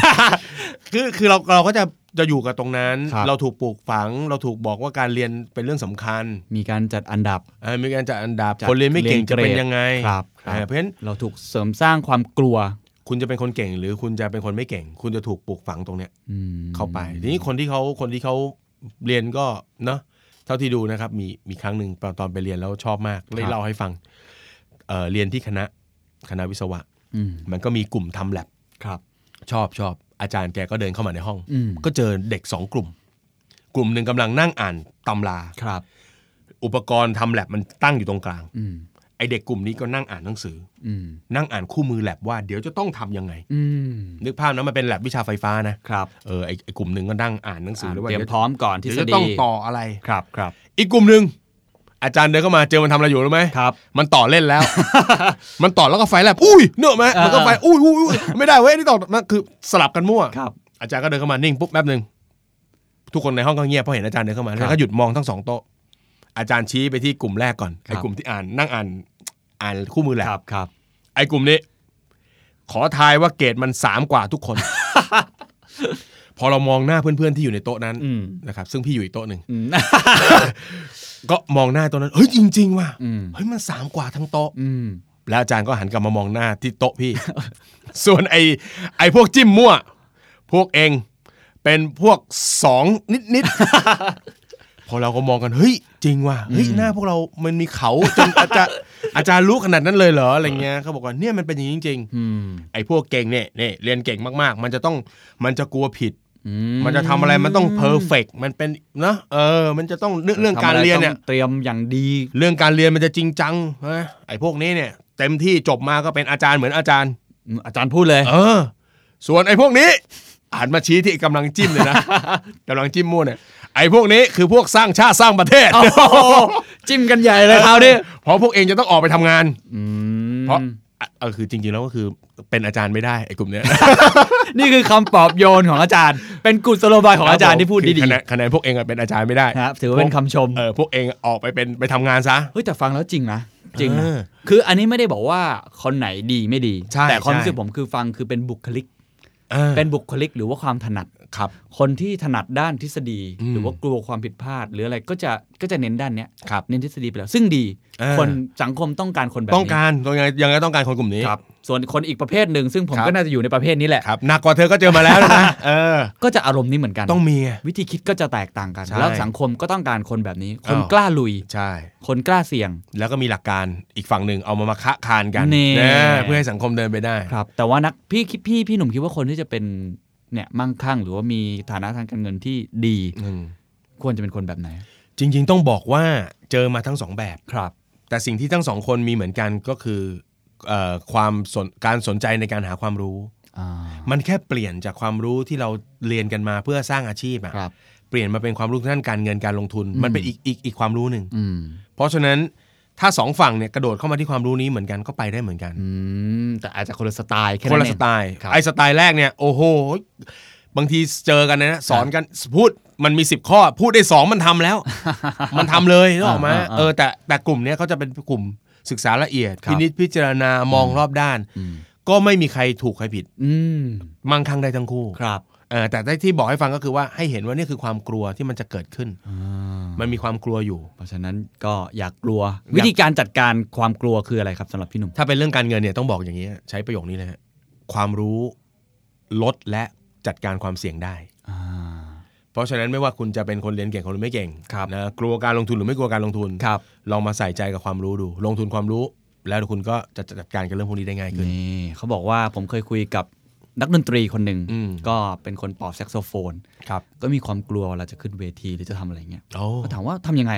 S4: คือคือเราเราก็จะจะอยู่กับตรงนั้น
S3: ครับ
S4: เราถูกปลูกฝัง เราถูกบอกว่าการเรียนเป็นเรื่องสำคัญ
S3: มีการจัดอันดับ
S4: เอ่อมีการจัดอันดับ
S3: จัด
S4: คนเรียนไม่เก่
S3: เรี
S4: ง
S3: ยน
S4: จะเป็น
S3: เกรด
S4: ยังไง
S3: ครับครับ
S4: เอ่อเพราะฉะนั้น
S3: เราถูกเสริมสร้างความกลัว
S4: คุณจะเป็นคนเก่ง หรือคุณจะเป็นคนไม่เก่ง คุณจะถูกปลูกฝังตรงเนี้ย
S3: อืม
S4: เข้าไปทีนี้คนที่เขาคนที่เขาเรียนก็เนาะเท่าที่ดูนะครับมีมีครั้งหนึ่งตอนตอนไปเรียนแล้วชอบมากเลยเล่าให้ฟังเอ่อเรียนที่คณะคณะวิศวะ
S3: อืม
S4: มันก็มีกลุ่มทำแลบ
S3: ครับ
S4: ชอบชอบอาจารย์แกก็เดินเข้ามาในห้อง
S3: อืม
S4: ก็เจอเด็กสองกลุ่ม กลุ่มหนึ่งกำลังนั่งอ่านตำรา
S3: ครับ
S4: อุปกรณ์ทำแลบมันตั้งอยู่ตรงกลาง
S3: อืม
S4: ไอเด็กกลุ่มนี้ก็นั่งอ่านหนังสือ
S3: อืม
S4: นั่งอ่านคู่มือแลบว่าเดี๋ยวจะต้องทำยังไง
S3: อืม
S4: นึกภาพนะมันเป็นแลบวิชาไฟฟ้านะครับ เออไอไอกลุ่มหนึ่งก็นั่งอ่านหนังสือแล้วว่า
S3: เตรียม
S4: ดี๋ว
S3: พร้อมก่อนทฤ
S4: เดี๋ยว
S3: ษ
S4: จะ
S3: ฎี
S4: ต้องต่ออะไร
S3: ครับครับ
S4: อีกกลุ่มหนึ่งอาจารย์เดินเข้ามาเจอมันทำอะไรอยู่รู้ไหม
S3: ครับ
S4: มันต่อเล่น แล้ว มันต่อแล้วก็ไฟแลบอุ้ยเนกอะไหมมันก็ไฟอุ้ยอุ้ยอุ้ยไม่ได้เว้ยนี่ต่อมันคือสลับกันมั่ว
S3: ครับ
S4: อาจารย์ก็เดินเข้ามานิ่งปุ๊บแป๊บหนึ่งทุกคนในห้องก็เงียบเพราะเห็นอาจารย์เดินเข้ามา
S3: ครับ
S4: แล้วก็หยุดมองทั้งสองโต๊ะอาจารย์ชี้ไปที่กลุ่มแรกก่อน
S3: ครับ
S4: ไอ้กลุ่มที่อ่านนั่งอ่านอ่านคู่มือแหละ
S3: ครับครับ
S4: ไอ้กลุ่มนี้ ขอทายว่าเกรดมันสามกว่าทุ กคน พอเรามองหน้าเพื่อนๆที่อยู่ในโต๊ะนั้น
S3: อืม
S4: นะครับ ซึ่งพี่อยู่อีกโต๊ะหนึ่ง
S3: อืม
S4: ก็มองหน้าโต๊ะนั้นเฮ้ยจริง ๆ ว่ะ
S3: อืม
S4: เฮ้ยมันสามกว่าทั้งโต๊ะ
S3: อืม
S4: แล้วอาจารย์ก็หันกลับมามองหน้าที่โต๊ะพี่ ส่วนไอ้ไอ้พวกจิ้มมั่ว พวกเองเป็นพวกสองนิดๆ พอเราก็มองกันเฮ้ยจริงว่ะเฮ้ยหน้าพวกเรามันมีเขา จนอาจารย์อาจารย์รู้ขนาดนั้นเลยเหรออะไรเงี้ยเขาบอกว่าเนี่ยมันเป็นอย่างนี้จริง
S3: อืม
S4: ๆไอ้พวกเก่งเนี่ยเนี่ยเรียนเก่งมากๆ มันจะต้องมันจะกลัวผิด
S3: อื
S4: มันจะทำอะไรมันต้องเพอร์เฟกมันเป็นนะเออ มันจะต้องเรื่องเรื่องการเรียนเนี่ย
S3: ทำอะไต้องเตรียมอย่างดี
S4: เรื่องการเรียนมันจะจริงจังนะไอ้พวกนี้เนี่ย เต็มที่จบมาก็เป็นอาจารย์เหมือนอาจารย์
S3: อืมอาจารย์พูดเลย
S4: เออ ส่วนไอ้พวกนี้อ่านมาชี้ที่กำลังจิ้มเลย นะ กำลังจิ้มมั่วเนี่ยไอ้พวกนี้คือพวกสร้างชาติสร้างประเทศ
S3: โอ้โหจิ้มกันใหญ่เลยคราวนี้
S4: เพราะพวกเองจะต้องออกไปทำงาน
S3: อืม
S4: เพราะอ่ะเออคือจริงๆแล้วก็คือเป็นอาจารย์ไม่ได้ไอ้กลุ่มเนี้ย
S3: นี่คือคำปลอบโยนของอาจารย์ เป็นกุศโลบาย ของอาจารย์ที่พูดดี
S4: คะแนนคะแนนพวกเองอะเป็นอาจารย์ไม่ได้
S3: ๆครับถือว่าเป็นคำชม
S4: เออพวกเองออกไปเป็นไปทำงานซะ
S3: เฮ้ยแต่ฟังแล้วจริงนะ จริงนะ
S4: เออ
S3: คืออันนี้ไม่ได้บอกว่าคนไหนดีไม่ดี
S4: ใช่
S3: แต่ความรู้สึก
S4: ใช่
S3: ผมคือฟังคือเป็นบุคลิก
S4: ออ
S3: เป็นบุคลิกหรือว่าความถนัด
S4: ครับ
S3: คนที่ถนัดด้านทฤษฎี
S4: อืม
S3: หรือว่ากลัวความผิดพลาด หรืออะไรก็จะก็จะเน้นด้านเนี้ย
S4: ครับ
S3: เน้นทฤษฎีไปแล้วซึ่งดี
S4: เออ
S3: คนสังคมต้องการคนแบบนี้
S4: ต้องการยังไงยังไงต้องการคนกลุ่มนี้
S3: ครับ ส่วนคนอีกประเภทหนึ่งซึ่งผม
S4: ครับ
S3: ก็น่าจะอยู่ในประเภทนี้แหละ
S4: ครับหนักกว่าเธอก็เจอมาแล้ว นะ เออ
S3: ก็จะอารมณ์นี้เหมือนกัน
S4: ต้องมีไง
S3: วิธีคิดก็จะแตกต่างกัน
S4: ใช่
S3: แล้วสังคมก็ต้องการคนแบบนี้ คน
S4: อ้าว
S3: กล้าลุย
S4: ใช่
S3: คนกล้าเสี่ยง
S4: แล้วก็มีหลักการอีกฝั่งหนึ่งเอามามาคะคานกัน
S3: นี่
S4: นะเพื่อให้สังคมเดินไปได้
S3: ครับ แต่ว่านักพี่คิดพี่พี่หนุ่มคิดว่าคนที่จะเป็นเนี่ยมั่งคั่ง หรือว่ามีฐานะทางการเงินที่ดี
S4: อืม
S3: ควรจะเป็นคนแบบไหน
S4: จริง ๆ ต้องบอกว่าเจอมาทั้งสองแบบ
S3: ครับ
S4: แต่สิ่งที่ทั้งสองคนมีเหมือนกันก็คือเอ่อความสนการสนใจในการหาความรู้
S3: อ่า
S4: มันแค่เปลี่ยนจากความรู้ที่เราเรียนกันมาเพื่อสร้างอาชีพอะ
S3: ครับ
S4: เปลี่ยนมาเป็นความรู้ทางด้านการเงินการลงทุน
S3: อืม
S4: มันเป็นอีกอีกอีกความรู้หนึ่ง
S3: อืม
S4: เพราะฉะนั้นถ้าสองฝั่งเนี่ยกระโดดเข้ามาที่ความรู้นี้เหมือนกันก็ไปได้เหมือนกัน
S3: อืม แต่อาจจะคนละสไตล์แค่
S4: คน
S3: นั้น
S4: ละ
S3: เอ
S4: ส
S3: ง
S4: ไตล์
S3: ครับ
S4: ไอ้สไตล์แรกเนี่ยโอ้โหบางทีเจอกันนะสอนกันพูดมันมี 10 ข้อ พูดได้สองมันทำ แล้ว มันทำเลยนึกออกไหม
S3: อ่าอ่า
S4: เออแต่แต่กลุ่มเนี้ยเขาจะเป็นกลุ่มศึกษาละเอียด
S3: ครับ
S4: พินิจพิจารณามองรอบด้าน
S3: อืม
S4: ก็ไม่มีใครถูกใครผิด
S3: อืม
S4: มั่งคั่งได้ทั้งคู่
S3: ครับ
S4: เออแต่ได้ที่บอกให้ฟังก็คือว่าให้เห็นว่านี่คือความกลัวที่มันจะเกิดขึ้น มันมีความกลัวอยู่
S3: เพราะฉะนั้นก็อยากกลัว วิธีการจัดการความกลัวคืออะไรครับสำหรับพี่หนุ่ม
S4: ถ้าเป็นเรื่องการเงินเนี่ยต้องบอกอย่างนี้ใช้ประโยคนี้เลยฮะความรู้ลดและจัดการความเสี่ยงได้
S3: อ่า
S4: เพราะฉะนั้นไม่ว่าคุณจะเป็นคนเรียนเก่งคนไม่เก่ง
S3: ครับ
S4: นะกลัวการลงทุนหรือไม่กลัวการลงทุน
S3: ครับ
S4: ลองมาใส่ใจกับความรู้ดู ลงทุนความรู้ แล้วคุณก็จะจัดการกับเรื่องพวกนี้ได้ง่ายขึ้น
S3: นี่เขาบอกว่าผมเคยคุยกับนักดนตรีคนหนึ่ง
S4: อืม
S3: ก็เป็นคนเป่าแซกโซโฟน
S4: ครับ
S3: ก็มีความกลัวเวลาจะขึ้นเวทีหรือจะทำอะไรเงี้ย
S4: โอ้
S3: ก็ถามว่าทำยังไง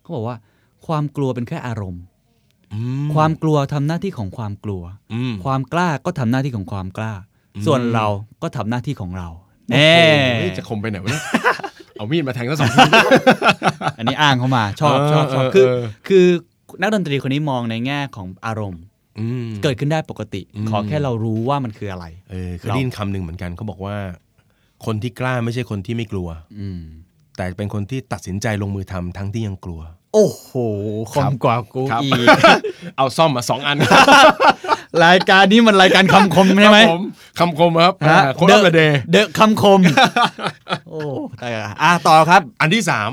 S3: เขาบอกว่า ความกลัวเป็นแค่อารมณ์
S4: อื
S3: ความกลัวทำหน้าที่ของความกลัว
S4: อืม
S3: ความกล้าก็ทำหน้าที่ของความกล้า
S4: อืม
S3: ส่วนเราก็ทำหน้าที่ของเรา
S4: โอ้
S3: เน่
S4: โหจะคมไปไหนวะเนี่ย เอามีดมาแทงทั้งสอง ที
S3: อันนี้อ้างเข้ามาชอบ
S4: เออ
S3: ชอบชอบ
S4: เออ
S3: คือ
S4: เออ
S3: คือนักดนตรีคนนี้มองในแง่ของอารมณ์
S4: อืม
S3: เกิดขึ้นได้ปกติ
S4: อืม
S3: ขอแค่เรารู้ว่ามันคืออะไร
S4: เออเคยได้ยินคำหนึ่งเหมือนกันเขาบอกว่า คนที่กล้าไม่ใช่คนที่ไม่กลัว
S3: อืม
S4: แต่เป็นคนที่ตัดสินใจลงมือทำทั้งที่ยังกลัว
S3: โอ้โหค
S4: ครับ
S3: มกว่ากูอีก
S4: เอาซ่อมมาสองอัน
S3: รายการนี้มันรายการคำคมใช่ไหม
S4: ผมคำคมครับ
S3: ฮะ
S4: โคนละเดย์
S3: เดอะคำคม โอ้แต่อ่ะต่อครับ
S4: อันที่สาม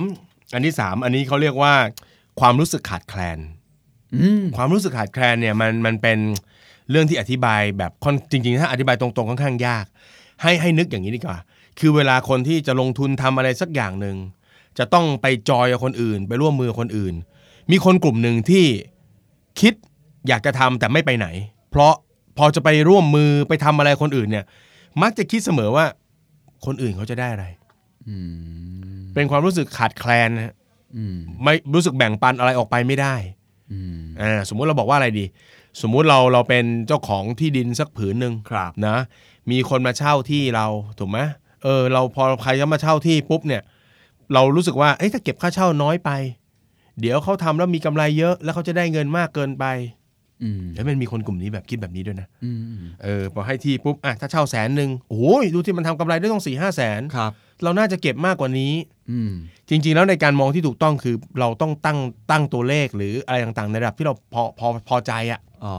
S4: อันที่สามอันนี้เขาเรียกว่า ความรู้สึกขาดแคลน
S3: อืม
S4: ความรู้สึกขาดแคลนเนี่ยมันมันเป็นเรื่องที่อธิบายแบบค่อนจริงๆ ถ้าอธิบายตรงๆค่อนข้างยาก ให้ให้นึกอย่างนี้ดีกว่า คือเวลาคนที่จะลงทุนทำอะไรสักอย่างหนึ่งจะต้องไปจอยกับคนอื่น ไปร่วมมือกับคนอื่น มีคนกลุ่มหนึ่งที่คิดอยากจะทำแต่ไม่ไปไหน เพราะพอจะไปร่วมมือไปทำอะไรคนอื่นเนี่ย มักจะคิดเสมอว่าคนอื่นเขาจะได้อะไร
S3: อืม
S4: เป็นความรู้สึกขาดแคลนนะฮะ
S3: อืม
S4: ไม่รู้สึกแบ่งปันอะไรออกไปไม่ได้
S3: อืม
S4: อ่าสมมุติเราบอกว่าอะไรดี สมมุติเราเราเป็นเจ้าของที่ดินสักผืนหนึ่ง
S3: ครับ
S4: นะมีคนมาเช่าที่เราถูกไหมเออเราพอใครจะมาเช่าที่ปุ๊บเนี่ย เรารู้สึกว่าเอ้ยถ้าเก็บค่าเช่าน้อยไป เดี๋ยวเขาทำแล้วมีกำไรเยอะ แล้วเขาจะได้เงินมากเกินไป
S3: อืม
S4: แล้วมันมีคนกลุ่มนี้แบบคิดแบบนี้ด้วยนะ
S3: อืม
S4: เออพอให้ที่ปุ๊บอ่ะถ้าเช่าแสนหนึ่งโอ้ยดูที่มันทำกำไรได้ต้องสี่ห้าแสน
S3: ครับ
S4: เราน่าจะเก็บมากกว่านี้
S3: อืม
S4: จริงๆ แล้วในการมองที่ถูกต้องคือเราต้องตั้งตั้งตัวเลขหรืออะไรต่างๆ ในระดับที่เราพอพอพอใจอะ
S3: อ๋อ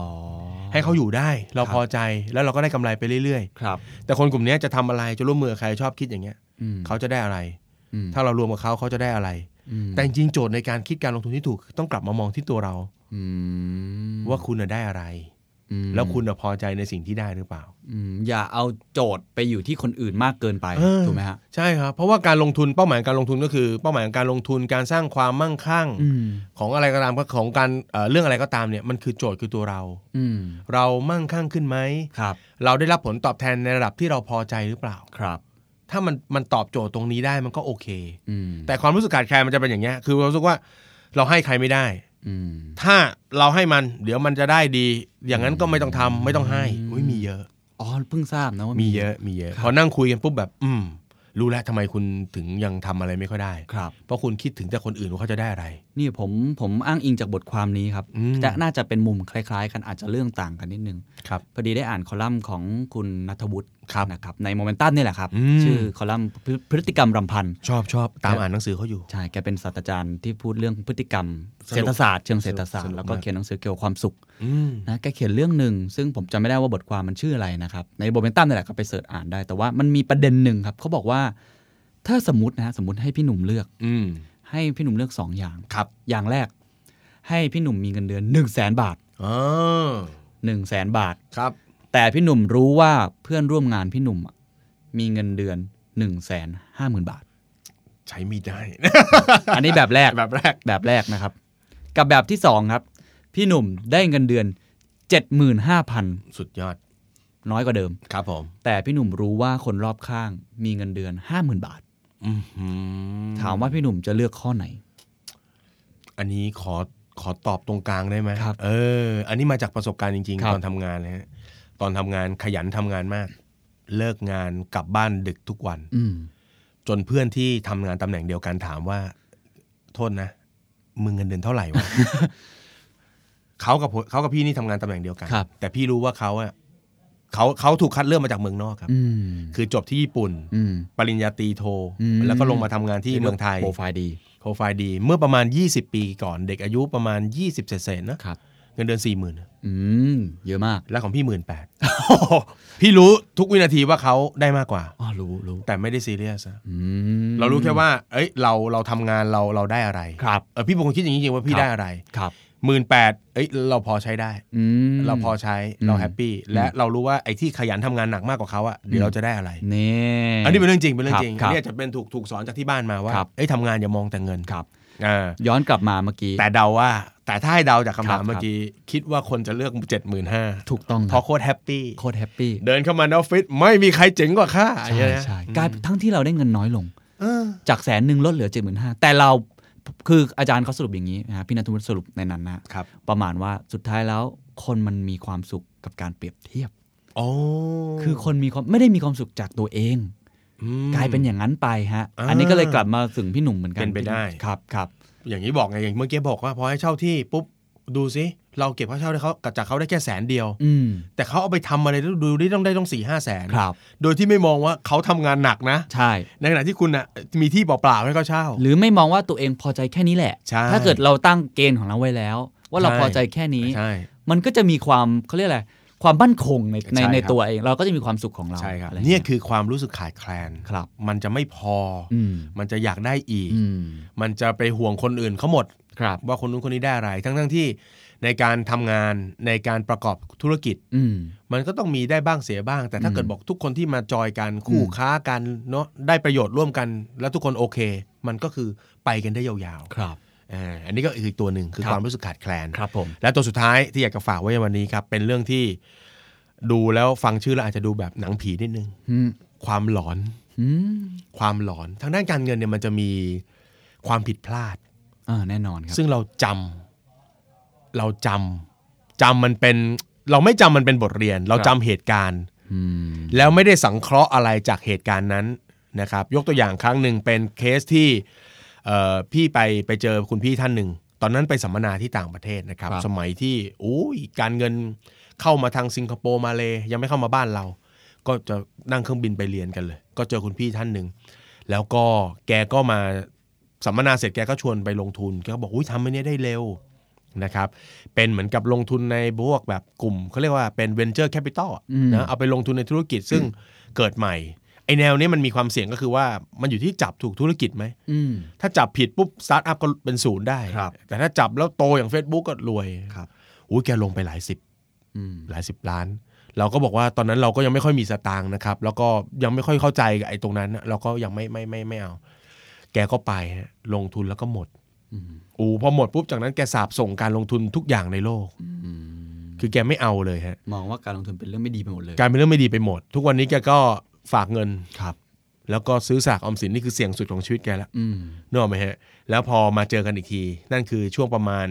S4: ให้เขาอยู่ได้เรา
S3: ครับ
S4: พอใจแล้วเราก็ได้กำไรไปเรื่อย
S3: ครับ
S4: ๆ แต่คนกลุ่มเนี้ยจะทำอะไรจะร่วมมือกับใครชอบคิดอย่างเงี้ย
S3: อืม
S4: เขาจะได้อะไร
S3: อืม
S4: ถ้าเรารวมกับเขาเขาจะได้อะไร
S3: อืม
S4: แต่จริงๆโจทย์ในการคิดการลงทุนที่ถูกคือต้องกลับมามองที่ตัวเรา
S3: อืม
S4: ว่าคุณน่ะได้อะไร
S3: อืม
S4: แล้วคุณน่ะพอใจในสิ่งที่ได้หรือเปล่า
S3: อืมอย่าเอาโจทย์ไปอยู่ที่คนอื่นมากเกินไป
S4: เออ
S3: ถูกไหมฮะ
S4: ใช่ครับเพราะว่าการลงทุนเป้าหมายการลงทุนก็คือ เป้าหมายการลงทุนการสร้างความมั่งคั่ง
S3: อืม
S4: ของอะไรก็ตามของการเอ่อเรื่องอะไรก็ตามเนี่ยมันคือโจทย์คือตัวเรา
S3: อืม
S4: เรามั่งคั่งขึ้นไหม
S3: ครับ
S4: เราได้รับผลตอบแทนในระดับที่เราพอใจหรือเปล่า
S3: ครับ
S4: ถ้ามันมันตอบโจทย์ตรงนี้ได้มันก็โอเค
S3: อืม
S4: แต่ความรู้สึกขาดแคลนมันจะเป็นอย่างเงี้ยคือเรารู้สึกว่าเราให้ใครไม่ได้
S3: อืม
S4: ถ้าเราให้มัน เดี๋ยวมันจะได้ดี อย่างนั้นก็ไม่ต้องทำไม่ต้องให้อุ้ยมีเยอะ
S3: อ๋อ เพิ่งทราบนะว่า
S4: มี
S3: มี
S4: เยอะมีเยอะ
S3: ครับ
S4: พอนั่งคุยกันปุ๊บแบบ อืม รู้แล้วทำไมคุณถึงยังทำอะไรไม่ค่อยได้
S3: ครับ
S4: เพราะคุณคิดถึงแต่คนอื่นว่าเขาจะได้อะไร
S3: นี่ผมผมอ้างอิงจากบทความนี้ครับ
S4: อืม
S3: แต่น่าจะเป็นมุมคล้ายๆ กันอาจจะเรื่องต่างกันนิดนึง
S4: ครับ
S3: พอดีได้อ่านคอลัมน์ของคุณนัทวุฒิ
S4: ครับ
S3: นะครับในโมเมนตัมนี่แหละครับ
S4: อืม
S3: ชื่อคอลัมน์พฤพฤติกรรมรำพัน
S4: ชอบชอบตามอ่านหนังสือเขาอยู่
S3: ใช่ แกเป็นศาสตราจารย์ที่พูดเรื่องพฤติกรรม
S4: สนุก
S3: เศรษฐศาสตร์เชิงเศรษฐศาสต
S4: สนุ
S3: ร์
S4: ก
S3: แล้วก็
S4: มาก
S3: เขียนหนังสือเกี่ยวกับความสุข
S4: อืม
S3: นะแกเขียนเรื่องหนึ่ง ซึ่งผมจำไม่ได้ว่าบทความมันชื่ออะไรนะครับ ในโมเมนตัมนี่แหละครับไปเสิร์ชอ่านได้ แต่ว่ามันมีประเด็นหนึ่งครับเขาบอกว่า ถ้าสมมตินะฮะสมมติให้พี่หนุ่มเลือก
S4: อืม
S3: ให้พี่หนุ่มเลือกสองอย่าง
S4: ครับ
S3: อย่างแรก ให้พี่หนุ่มมีเงินเดือน1นึ่งแสนบาท
S4: อ๋อ
S3: 1นึ่งแสนบาท
S4: ครับ
S3: แต่พี่หนุ่มรู้ว่าเพื่อนร่วมงานพี่หนุ่มอะมีเงินเดือน1นึ่งแสนห้าหมื่นบาท
S4: ใช้มีดได้
S3: อันนี้แบบแรก
S4: แบบแรก
S3: แบบแรกนะครับ กับแบบที่สองครับ พี่หนุ่มได้เงินเดือน 75,000
S4: สุดยอด
S3: น้อยกว่าเดิม
S4: ครับผม
S3: แต่พี่หนุ่มรู้ว่าคนรอบข้างมีเงินเดือน 50,000 บาท
S4: อื้อหือ
S3: ถามว่าพี่หนุ่มจะเลือกข้อไหน
S4: อันนี้ขอขอตอบตรงกลางได้ไหม
S3: ครับ
S4: เออ อันนี้มาจากประสบการณ์จริง
S3: ครั
S4: ๆ
S3: บ
S4: ตอนทำงานนะฮะตอนทำงานขยันทำงานมาก เลิกงานกลับบ้านดึกทุกวัน
S3: อืม
S4: จนเพื่อนที่ทำงานตำแหน่งเดียวกันถามว่า โทษนะ มึงเงินเดือนเท่าไหร่วะ เขากับผมเขากับพี่นี่ทำงานตำแหน่งเดียวกัน
S3: ครับ
S4: แต่พี่รู้ว่าเขาอะเขาเขาถูกคัดเลือกมาจากเมืองนอกครับ
S3: อืม
S4: คือจบที่ญี่ปุ่น
S3: อืม
S4: ปริญญาตรีโท
S3: อืม
S4: แล้วก็ลงมาทำงานที่เมืองไทย
S3: โปรไฟล์ดี
S4: โปรไฟล์ดี เมื่อประมาณ 20 ปีก่อน เด็กอายุประมาณ 20 เศษๆนะครับ เงินเดือน4ี่หมื่น
S3: อืม เยอะมาก
S4: แล้วของพี่หมื่น แปดพี่รู้ทุกวินาทีว่าเขาได้มากกว่า
S3: อ๋อรู้รู้
S4: แต่ไม่ได้ซีเรียสอะ
S3: อืม
S4: เรารู้แค่ว่า เอ้ย เรา เราทำงานเรา เราได้อะไร
S3: ครับ
S4: เออพี่เป็นคนคิดอย่างนี้จริงๆว่า
S3: ค
S4: พี่
S3: รับ
S4: ได้อะไร
S3: ครับ
S4: หมื่นแปดเอ้ย เราพอใช้ได้
S3: อืม
S4: เราพอใช้
S3: อืม
S4: เราแฮปปี้ และเรารู้ว่าไอ้ที่ขยันทำงานหนักมากกว่าเขาอะเดี๋ยว
S3: อืม
S4: เราจะได้อะไร
S3: นี่
S4: อันนี้เป็นเรื่องจริง เป็นเรื่องจริง
S3: ครั
S4: อั
S3: บ
S4: นนี้อาจจะเป็นถูก ถูกสอนจากที่บ้านมาว่า
S3: ครับ
S4: เอ้ยทำงานอย่ามองแต่เงิน
S3: ครับ
S4: อ่า
S3: ย้อนกลับมาเมื่อกี้
S4: แต่เดาว่า แต่ถ้าให้เดาจาก
S3: ครับ
S4: คำถา
S3: ค
S4: ม
S3: รับ
S4: เมื่อกี้ คิดว่าคนจะเลือกเจ็ดหมื่นห้า
S3: ถูกต้อง
S4: เพ
S3: ครั
S4: ราะ
S3: บ
S4: โคตรแฮปปี้
S3: โคตรแฮปปี้
S4: เดินเข้ามาในออฟฟิศไม่มีใครเจ๋งกว่าข้า
S3: ใช่ใช่กลายทั้งที่เราได้เงินน้อยลง
S4: เออ
S3: จากแสนหนึ่งลดเหลือเจ็ดหมื่นห้าแต่เราคืออาจารย์เขาสรุปอย่างนี้นะฮะพี่นันทวุฒิสรุปในนั้นนะครับ ประมาณว่าสุดท้ายแล้วคนมันมีความสุขกับการเปรียบเทียบ
S4: โอ้
S3: คือคนมีความไม่ได้มีความสุขจากตัวเอง
S4: อืม
S3: กลายเป็นอย่างนั้นไปฮะ
S4: อ่า
S3: อันนี้ก็เลยกลับมาถึงพี่หนุ่มเหมือนกัน
S4: เป็นไปได้
S3: ครับครับ
S4: อย่างนี้บอกไงอย่างเมื่อกี้บอกว่าพอให้เช่าที่ปุ๊บดูสิเราเก็บค่าเช่าได้เขาจากเขาได้แค่แสนเดียว
S3: อืม
S4: แต่เขาเอาไปทำอะไรแล้วดูได้ต้องได้ต้องสี่ห้าแสน
S3: ครับ
S4: โดยที่ไม่มองว่าเขาทำงานหนักนะ
S3: ใช่
S4: ในขณะที่คุณน่ะมีที่เปล่าๆให้เขาเช่า
S3: หรือไม่มองว่าตัวเองพอใจแค่นี้แหละ
S4: ใช่
S3: ถ้าเกิดเราตั้งเกณฑ์ของเราไว้แล้ว ว่าเรา
S4: ใช่
S3: พอใจแค่นี้
S4: ใช่
S3: มันก็จะมีความเขาเรียกอะไรความมั่นคงในใน
S4: ใช่ครับ
S3: ในตัวเอง เราก็จะมีความสุขของเรา
S4: ใช่ครับ
S3: อะไอย่าง
S4: เนี่
S3: งี้
S4: ยคือความรู้สึกขาดแคลน
S3: ครับ
S4: มันจะไม่พออ
S3: อืม
S4: มันจะอยากได้อีก
S3: อืม
S4: มันจะไปห่วงคนอื่นเขาหมด
S3: ครับ
S4: ว่าคนนู้นคนนี้ได้อะไร ทั้งๆที่ในการทำงานในการประกอบธุรกิจ
S3: อืม
S4: มันก็ต้องมีได้บ้างเสียบ้าง แต่ถ้า
S3: อืม
S4: เกิดบอกทุกคนที่มาจอยกันคู่
S3: อืม
S4: ค้ากันเนาะได้ประโยชน์ร่วมกัน แล้วทุกคนโอเค มันก็คือไปกันได้ยาว
S3: ครับ
S4: ๆอ่าอันนี้ก็คืออกตัวหนึ่งคือ
S3: ครับ
S4: ความรู้สึกขาดแคลน
S3: ครับผม
S4: และตัวสุดท้ายที่อยากจะฝากไว้ในวันนี้ครับ เป็นเรื่องที่ดูแล้วฟังชื่อแล้วอาจจะดูแบบหนังผีนิดนึง
S3: อืม
S4: ความหลอน
S3: อืม
S4: ความหลอน ทางด้านการเงินเนี่ยมันจะมีความผิดพลาด
S3: อ่าแน่นอนครับ
S4: ซึ่งเราจำเราจำจำมันเป็นเราไม่จำมันเป็นบทเรียน เรา
S3: ครับ
S4: จำเหตุการณ์
S3: อืม
S4: แล้วไม่ได้สังเคราะห์อะไรจากเหตุการณ์นั้นนะครับ ยกตัวอย่างครั้งหนึ่งเป็นเคสที่เอ่อพี่ไปไปเจอคุณพี่ท่านหนึ่ง ตอนนั้นไปสัมมนาที่ต่างประเทศนะครับ
S3: ครับ
S4: สมัยที่อุ้ยการเงินเข้ามาทางสิงคโปร์มาเลยยังไม่เข้ามาบ้านเรา ก็จะนั่งเครื่องบินไปเรียนกันเลย ก็เจอคุณพี่ท่านหนึ่ง แล้วก็แกก็มาสัมมนาเสร็จแกก็ชวนไปลงทุนแกก็บอกอุ้ยทำอันเนี้ยได้เร็วนะครับ เป็นเหมือนกับลงทุนในพวกแบบกลุ่มเขาเรียกว่าเป็น venture capital อะ
S3: อืม
S4: นะเอาไปลงทุนในธุรกิจซึ่งเกิดใหม่ไอแนวเนี้ยมันมีความเสี่ยงก็คือว่ามันอยู่ที่จับถูกธุรกิจไหม
S3: อืม
S4: ถ้าจับผิดปุ๊บสตาร์ทอัพก็เป็นศูนย์ได้
S3: ครับ
S4: แต่ถ้าจับแล้วโตอย่าง Facebook ก็รวย
S3: ครับ
S4: อุ้ยแกลงไปหลายสิบ
S3: อืม
S4: หลายสิบล้าน เราก็บอกว่าตอนนั้นเราก็ยังไม่ค่อยมีสตางค์นะครับ แล้วก็ยังไม่ค่อยเข้าใจกับไอ้ตรงนั้นน่ะเราก็ยังไม่ไม่ไม่ไม่เอา แกก็ไปฮะลงทุนแล้วก็หมด
S3: อืม
S4: อูพอหมดปุ๊บจากนั้นแกสาบส่งการลงทุนทุกอย่างในโลก
S3: อืม
S4: คือแกไม่เอาเลยฮะ
S3: มองว่าการลงทุนเป็นเรื่องไม่ดีไปหมดเลย
S4: กลายเป็นเรื่องไม่ดีไปหมด ทุกวันนี้แกก็ฝากเงิน
S3: ครับ
S4: แล้วก็ซื้อสากออมสินนี่คือเสี่ยงสุดของชีวิตแกละ
S3: อืม
S4: นึกออกไหมฮะแล้วพอมาเจอกันอีกที นั่นคือช่วงประมาณ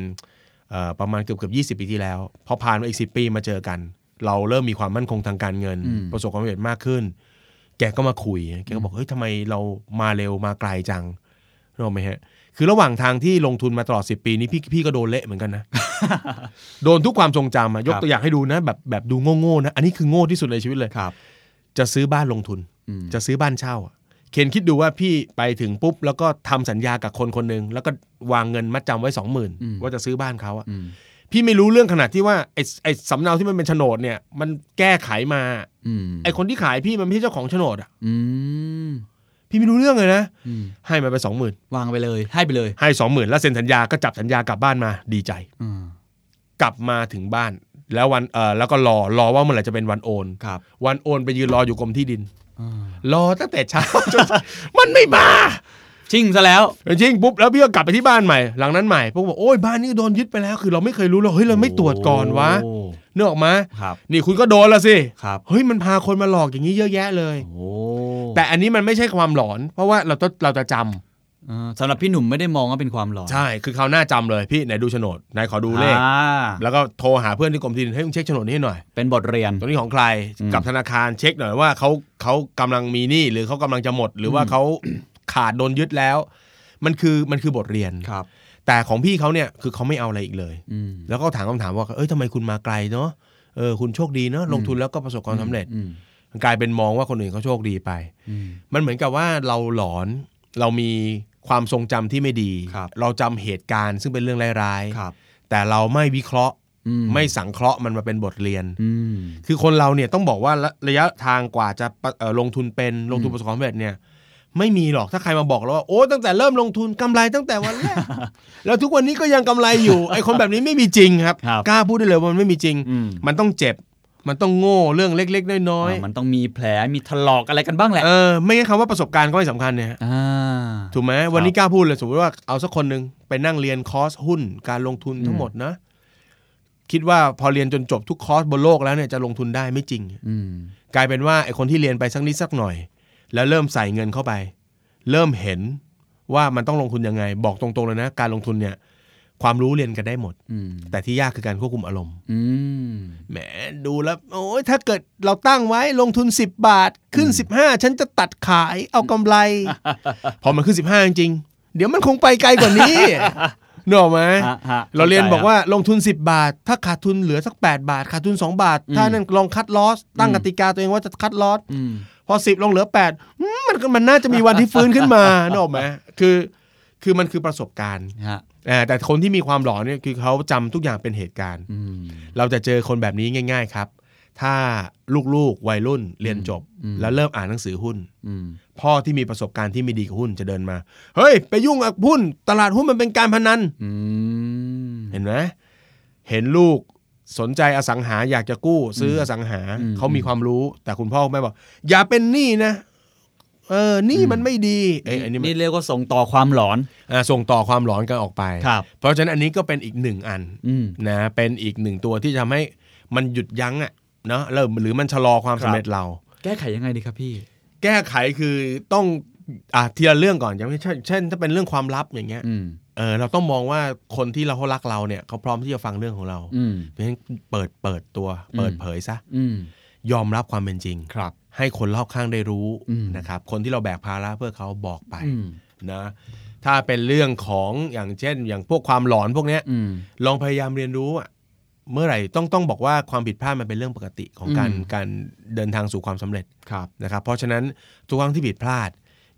S4: เอ่อประมาณเกือบเกือบยีปีที่แล้วพอผ่านมาอีกสิปีมาเจอกัน เราเริ่มมีความมั่นคงทางการเงิน
S3: อืม
S4: ประสบความสำเร็จมากขึ้น แกก็มาคุย แกก็บอก เฮ้ยทำไมเรามาเร็วมาไกลจังรู้ไหมฮะ คือระหว่างทางที่ลงทุนมาตลอด 10 ปีนี้พี่พี่ก็โดนเละเหมือน กันนะ โดนทุกความทรงจำอะยกตัวอย่างให้ดูนะ แบบแบบดูโง่ๆนะ อันนี้คือโง่ที่สุดในชีวิตเลย
S3: ครับ
S4: จะซื้อบ้านลงทุน
S3: อืม
S4: จะซื้อบ้านเช่าอะเคนคิดดูว่าพี่ไปถึงปุ๊บ แล้วก็ทำสัญญากับคนคนหนึ่งแล้วก็วางเงินมัดจำไว้
S3: อืม
S4: 20,000 ว่าจะซื้อบ้านเขาอะ
S3: อืม
S4: พี่ไม่รู้เรื่องขนาดที่ว่าไอ้ไอ้สำเนาที่มันเป็นโฉนดเนี่ย มันแก้ไขมา
S3: อืม
S4: ไอ้คนที่ขายพี่มันไม่ใช่เจ้าของโฉนดอะ
S3: อืม
S4: พี่ไม่รู้เรื่องเลยนะ
S3: อืม
S4: ให้มาไปสองหมื่น
S3: วางไปเลย ให้ไปเลย
S4: ให้สองหมื่นแล้วเซ็นสัญญาก็จับสัญญากลับบ้านมาดีใจ
S3: อืม
S4: กลับมาถึงบ้าน แล้ววันเออแล้วก็รอรอว่าเมื่อไหร่จะเป็นวันโอน
S3: ครับ
S4: วันโอนไปยืนรออยู่กรมที่ดิน รอตั้งแต่เช้าจน มันไม่มา
S3: ชิ่งซะแล้ว
S4: จริงๆปุ๊บแล้วพี่ก็กลับไปที่บ้านใหม่หลังนั้นใหม่ปุ๊บบอกโอ้ยบ้านนี้โดนยึดไปแล้ว คือเราไม่เคยรู้เราเฮ้ยเราไม่ตรวจก่อนวะ
S3: โอ้
S4: เนื้อออกมา
S3: ครับ
S4: นี่คุณก็โดนละสิ
S3: ครับ
S4: เฮ้ยมันพาคนมาหลอกอย่างนี้เยอะแยะเลย
S3: โอ้
S4: แต่อันนี้มันไม่ใช่ความหลอน เพราะว่าเราต้องเราจะจำ
S3: เออสำหรับพี่หนุ่มไม่ได้มองว่าเป็นความหลอน
S4: ใช่คือคราวหน้าจำเลยพี่ไหนดูโฉนดไหนขอดูเลข
S3: อ่า
S4: แล้วก็โทรหาเพื่อนที่กรมที่ดินให้มึงเช็คโฉนดนี้ให้หน่อย
S3: เป็นบทเรียน
S4: ตัวนี้ของใคร
S3: อืม
S4: กับธนาคารเช็คหน่อยว่าเขาเขากำลังมีหนี้หรือเขากำลังจะหมด หรือว่าเขาขาดโดนยึดแล้ว มันคือมันคือบทเรียน
S3: ครับ
S4: แต่ของพี่เขาเนี่ยคือเขาไม่เอาอะไรอีกเลย
S3: อืม
S4: แล้วก็ถามคำถามว่า เอ้ยทำไมคุณมาไกลเนาะ เออ คุณโชคดีเนาะ ลงทุนแล้วก็ประสบความสำเร็จ
S3: อืม
S4: กลายเป็นมองว่าคนอื่นเขาโชคดีไป
S3: อืม
S4: มันเหมือนกับว่าเราหลอน เรามีความทรงจำที่ไม่ดี
S3: ครับ
S4: เราจำเหตุการณ์ซึ่งเป็นเรื่องร้าย
S3: ครับ
S4: ๆ แต่เราไม่วิเคราะห์
S3: อื
S4: ไม่สังเคราะห์มันมาเป็นบทเรียน
S3: อืม
S4: คือคนเราเนี่ยต้องบอกว่าระระยะทางกว่าจะปะเอ่อลงทุนเป็นลงทุน
S3: อืม
S4: ประสบความสำเร็จเนี่ย ไม่มีหรอกถ้าใครมาบอกเราว่าโอ้ตั้งแต่เริ่มลงทุนกำไรตั้งแต่วันแร ก แล้วทุกวันนี้ก็ยังกำไรอยู่ ไอ้คนแบบนี้ไม่มีจริงครับ
S3: ครับ
S4: กล้าพูดได้เลยว่ามันไม่มีจริง
S3: อืม
S4: มันต้องเจ็บ มันต้องโง่เรื่องเล็ก ๆ น้อย
S3: อ่ามันต้องมีแผลมีถลอกอะไรกันบ้างแหละ
S4: ๆเออไม่งั้นคำว่าประสบการณ์ก็ไม่สำคัญเนี่ยฮะ
S3: อ่า
S4: ถูกไหมวันนี้กล้าพูดเลยสมมติว่าเอาสักคนหนึ่งไปนั่งเรียนคอร์สหุ้นการลงทุนทั้งหมดนะ คิดว่าพอเรียนจนจบทุกคอร์สบนโลกแล้วเนี่ยจะลงทุนได้ไม่จริง
S3: อืม
S4: กลายเป็นว่าไอคนที่เรียนไปสักนิดสักหน่อย แล้วเริ่มใส่เงินเข้าไป เริ่มเห็นว่ามันต้องลงทุนยังไง บอกตรงๆเลยนะ การลงทุนเนี่ย ความรู้เรียนกันได้หมด
S3: อืม
S4: แต่ที่ยากคือการควบคุมอารมณ์
S3: อืม
S4: แหมดูแล้ว โอ้ยถ้าเกิดเราตั้งไว้ลงทุน 10 บาท ขึ้น 15 ฉันจะตัดขายเอากำไร พอมันขึ้น 15 จริงๆเดี๋ยวมันคงไปไกลกว่า นี้ นึกออกไหม
S3: ฮะฮะ
S4: เราเรียน
S3: เข้าใจ
S4: บอกว่าลงทุน 10 บาท ถ้าขาดทุนเหลือสัก 8 บาท ขาดทุน 2 บาท ถ้า
S3: อืม
S4: นั่นลองคัดลอส ตั้งกติกาตัวเองว่าจะคัดลอส
S3: อืม
S4: พอสิบลงเหลือแปดมันก็มันน่าจะมีวันที่ฟื้นขึ้นมา นึกออกไหมคือคือมันคือประสบการณ์
S3: ฮะ
S4: อ่าแต่คนที่มีความหลอนเนี่ยคือเขาจำทุกอย่างเป็นเหตุการณ์
S3: อืม
S4: เราจะเจอคนแบบนี้ง่าย ๆ ครับ ถ้าลูกๆวัยรุ่นเรียนจบ
S3: อืม
S4: แล้วเริ่มอ่านหนังสือหุ้น
S3: อืม
S4: พ่อที่มีประสบการณ์ที่ไม่ดีกับหุ้นจะเดินมา เฮ้ย ไปยุ่งกับหุ้น ตลาดหุ้นมันเป็นการพนัน
S3: อืม
S4: เห็นไหมเห็นลูกสนใจอสังหาอยากจะกู้ ซื้ออสังหา
S3: อืม
S4: เขามีความรู้ แต่คุณพ่อคุณแม่บอก อย่าเป็นหนี้นะ เออหนี้
S3: อืม
S4: มันไม่ดีเอ้ยอันนี้มัน
S3: นี่เรียกว่าส่งต่อความหลอน
S4: อ่าส่งต่อความหลอนกันออกไป
S3: ครับ
S4: เพราะฉะนั้นอันนี้ก็เป็นอีกหนึ่งอัน
S3: อืม
S4: นะเป็นอีกหนึ่งตัวที่ทำให้มันหยุดยั้งอ่ะเนาะแล้วหรือมันชะลอความ
S3: ครับ
S4: สำเร็จเรา
S3: แก้ไขยังไงดีครับพี่
S4: แก้ไขคือต้องอ่ะทีละเรื่องก่อนอย่างเช่นเช่น ถ้าเป็นเรื่องความลับอย่างเงี้ย
S3: อืม
S4: เออเราต้องมองว่าคนที่เราเขารักเราเนี่ยเขาพร้อมที่จะฟังเรื่องของเรา
S3: อืม
S4: เพราะฉะนั้นเปิดเปิดตัว
S3: อืม
S4: เปิดเผยซะ
S3: อืม
S4: ยอมรับความเป็นจริง
S3: ครับ
S4: ให้คนรอบข้างได้รู้
S3: อืม
S4: นะครับ คนที่เราแบกภาระเพื่อเขาบอกไป
S3: อืม
S4: นะถ้าเป็นเรื่องของอย่างเช่น อย่างพวกความหลอนพวกเนี้ย
S3: อืม
S4: ลองพยายามเรียนรู้อะเมื่อไหร่ต้องต้องบอกว่าความผิดพลาดมันเป็นเรื่องปกติของการ
S3: อืม
S4: การเดินทางสู่ความสำเร็จ
S3: ครับ
S4: นะครับ เพราะฉะนั้นทุกครั้งที่ผิดพลาด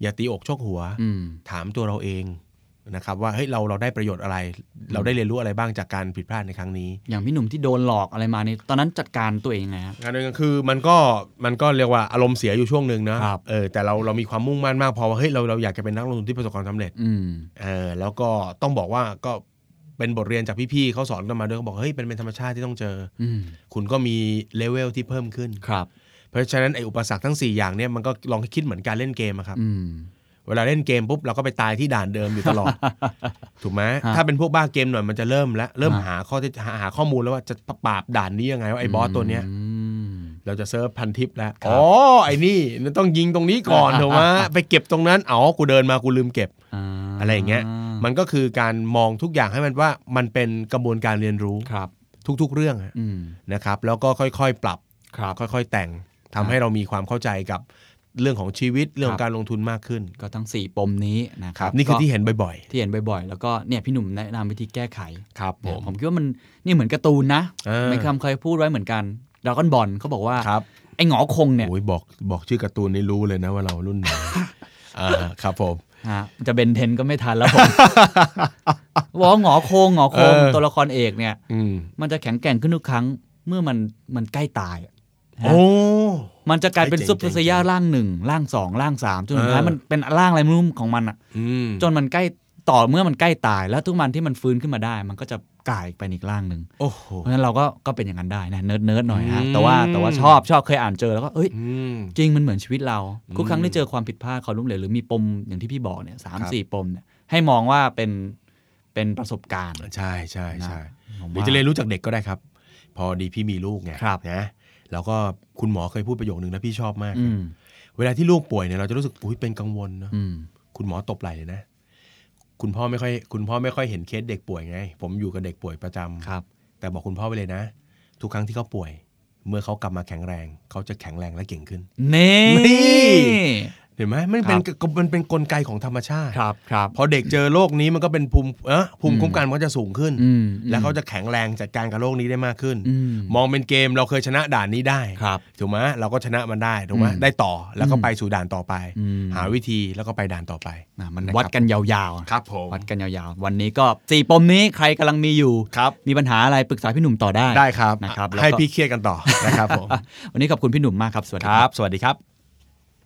S4: อย่าตีอกชกหัว
S3: อืม
S4: ถามตัวเราเองนะครับ ว่าเฮ้ยเราเราได้ประโยชน์อะไร เราได้เรียนรู้อะไรบ้างจากการผิดพลาดในครั้งนี้
S3: อย่างพี่หนุ่มที่โดนหลอกอะไรมานี่ตอนนั้นจัดการตัวเองไงฮะ
S4: อันหนึงก็คือมันก็มันก็เรียกว่าอารมณ์เสียอยู่ช่วงหนึ่งนะครับ เออแต่เราเรามีความมุ่งมั่นมากพอว่าเฮ้ยเราเราอยากจะเป็นนักลงทุนที่ประสบความสำเร็จ
S3: อืม
S4: เออแล้วก็ต้องบอกว่าก็เป็นบทเรียนจากพี่ๆเขาสอนกันมาด้วยเขาบอกเฮ้ยเป็นเป็นธรรมชาติที่ต้องเจอ
S3: อืม
S4: คุณก็มีเลเวลที่เพิ่มขึ้น
S3: ครับ
S4: เพราะฉะนั้นไอ้อุปสรรคทั้ง 4 อย่างเนี่ยมันก็ลองคิดเหมือนการเล่นเกมอะครับ
S3: อืม
S4: เวลาเล่นเกมปุ๊บเราก็ไปตายที่ด่านเดิมอยู่ตลอ ด ถูกไหมถ้าเป็นพวกบ้าเกมหน่อยมันจะเริ่มแล้วเริ่ม
S3: ฮะ
S4: หาข้อที่หาหาข้อมูลแล้วว่าจะปราบด่านนี้ยังไงว่าไอ้บอสตัวเนี้ย
S3: อืม
S4: เราจะเซิร์ฟพันทิปแล้ว
S3: ครับ
S4: อ๋อ ไอ้นี่มันต้องยิงตรงนี้ก่อน ถูกไหมไปเก็บตรงนั้น อ๋อ กูเดินมากูลืมเก็บ
S3: า
S4: อะไรอย่างเงี้ย มันก็คือการมองทุกอย่างให้มันว่ามันเป็นกระบวนการเรียนรู้
S3: ครับ
S4: ทุกๆเรื่องอะ
S3: อืม
S4: นะครับ แล้วก็ค่อยๆปรับ
S3: ครับ
S4: ค่อยๆแต่งทำให้เรามีความเข้าใจกับเรื่องของชีวิตเรื่อง
S3: ค
S4: ขอ
S3: รั
S4: ง
S3: บ
S4: การลงทุนมากขึ้น
S3: ก็ทั้ง 4 ปมนี้นะค
S4: ค
S3: รั
S4: รับ บ นี่คือที่เห็นบ่อย
S3: ที่เห็นบ่อยๆ แล้วก็เนี่ยพี่หนุ่มแนะนำวิธีแก้ไข
S4: ๆ ครับผ
S3: เนี่ย
S4: ม
S3: ผมคิดว่ามันนี่เหมือนการ์ตูนนะ
S4: เออ
S3: ไม่คำเคยพูดไว้เหมือนกันดราก้อนบอลเขาบอกว่า
S4: ครับ
S3: ไอ้หงอคงเนี่ย
S4: โอ้ยบอกบอกชื่อการ์ตูนนี่รู้เลยนะว่าเรารุ่ นไหน อ่าครับผม
S3: ฮะจะเบนเทนก็ไม่ทัน แล้วผม บอกว่าหงอคงหงอคง
S4: เออ
S3: ตัวละครเอกเนี่ย
S4: อืม
S3: มันจะแข็งแกร่งขึ้นทุกครั้ง เมื่อมันมันใกล้ตายอะฮะ
S4: โอ้
S3: มันจะกลายเป็น
S4: เจ๋งๆ
S3: ซุปเปอร์ไซย่าร่างหนึ่งร่างสองร่างสามจนสุดท้าย
S4: เออ
S3: มันเป็นร่างอะไรไม่รู้ของมันอ่ะ
S4: อืม
S3: จนมันใกล้ต่อเมื่อมันใกล้ตายแล้วทุกวันที่มันฟื้นขึ้นมาได้ มันก็จะ ก่ายไปอีกร่างหนึ่ง
S4: โอ้โห
S3: เพราะฉะนั้นเราก็ก็เป็นอย่างนั้นได้นะเนิร์ดเนิร์ดหน่อยฮะ
S4: อืม
S3: แต่ว่าแต่ว่าชอบชอบเคยอ่านเจอแล้วก็เอ้ย
S4: อืม
S3: จริงมันเหมือนชีวิตเรา
S4: อืม
S3: ทุกครั้งที่เจอความผิดพลาดความล้มเหลวหรือมีปมอย่างที่พี่บอกเนี่ยสาม
S4: ครับ
S3: สี่ปมเนี่ยให้มองว่าเป็นเป็นประสบการณ์
S4: ใช่ใช่ใช่
S3: ผม
S4: ห
S3: ว่า
S4: รือจะเรียนรู้จากเด็กก็ได้ครับ พอดีพี่มีลูกไง
S3: ครับ
S4: นะแล้วก็คุณหมอเคยพูดประโยคนึงนะพี่ชอบมาก
S3: อืม
S4: เวลาที่ลูกป่วยเนี่ยเราจะรู้สึกอุ้ยเป็นกังวลเนอะ
S3: อืม
S4: คุณหมอตบไหล่เลยนะ คุณพ่อไม่ค่อยคุณพ่อไม่ค่อยเห็นเคสเด็กป่วยไง ผมอยู่กับเด็กป่วยประจำ
S3: ครับ
S4: แต่บอกคุณพ่อไปเลยนะ ทุกครั้งที่เขาป่วย เมื่อเขากลับมาแข็งแรง เขาจะแข็งแรงและเก่งขึ้น
S3: นี่
S4: นี่ เห็นไหมมันเป็นมันเป็นกลไกของธรรมชาติ
S3: ครับครับ
S4: พอเด็กเจอโรคนี้มันก็เป็นภูมิเออภูมิคุ้มกันมันก็จะสูงขึ้น
S3: อืม
S4: แล้วเขาจะแข็งแรงจัดการกับโรคนี้ได้มากขึ้น
S3: อืม
S4: มองเป็นเกมเราเคยชนะด่านนี้ได้
S3: ครับ
S4: ถูกไหมเราก็ชนะมันได้ถูกไหม
S3: อืม
S4: ได้ต่อแล้วก็
S3: อืม
S4: ไปสู่ด่านต่อไป
S3: อืม
S4: หาวิธีแล้วก็ไปด่านต่อไป
S3: อ่ะมันวัดกันยาวๆ
S4: ครับผม
S3: วัดกันยาวๆ วันนี้ก็สี่ปมนี้ใครกำลังมีอยู่
S4: ครับ
S3: มีปัญหาอะไรปรึกษาพี่หนุ่มต่อได้
S4: ได้ครับ
S3: นะครับ
S4: ให้
S3: แล้วก็
S4: พี่เครียดกันต่อ นะครับผม
S3: อ่ะวันนี้ขอบคุณพี่หนุ่มมากครับ สวัสดี
S4: ค
S3: ค
S4: รั
S3: รับ บ
S4: สวัสดีครับ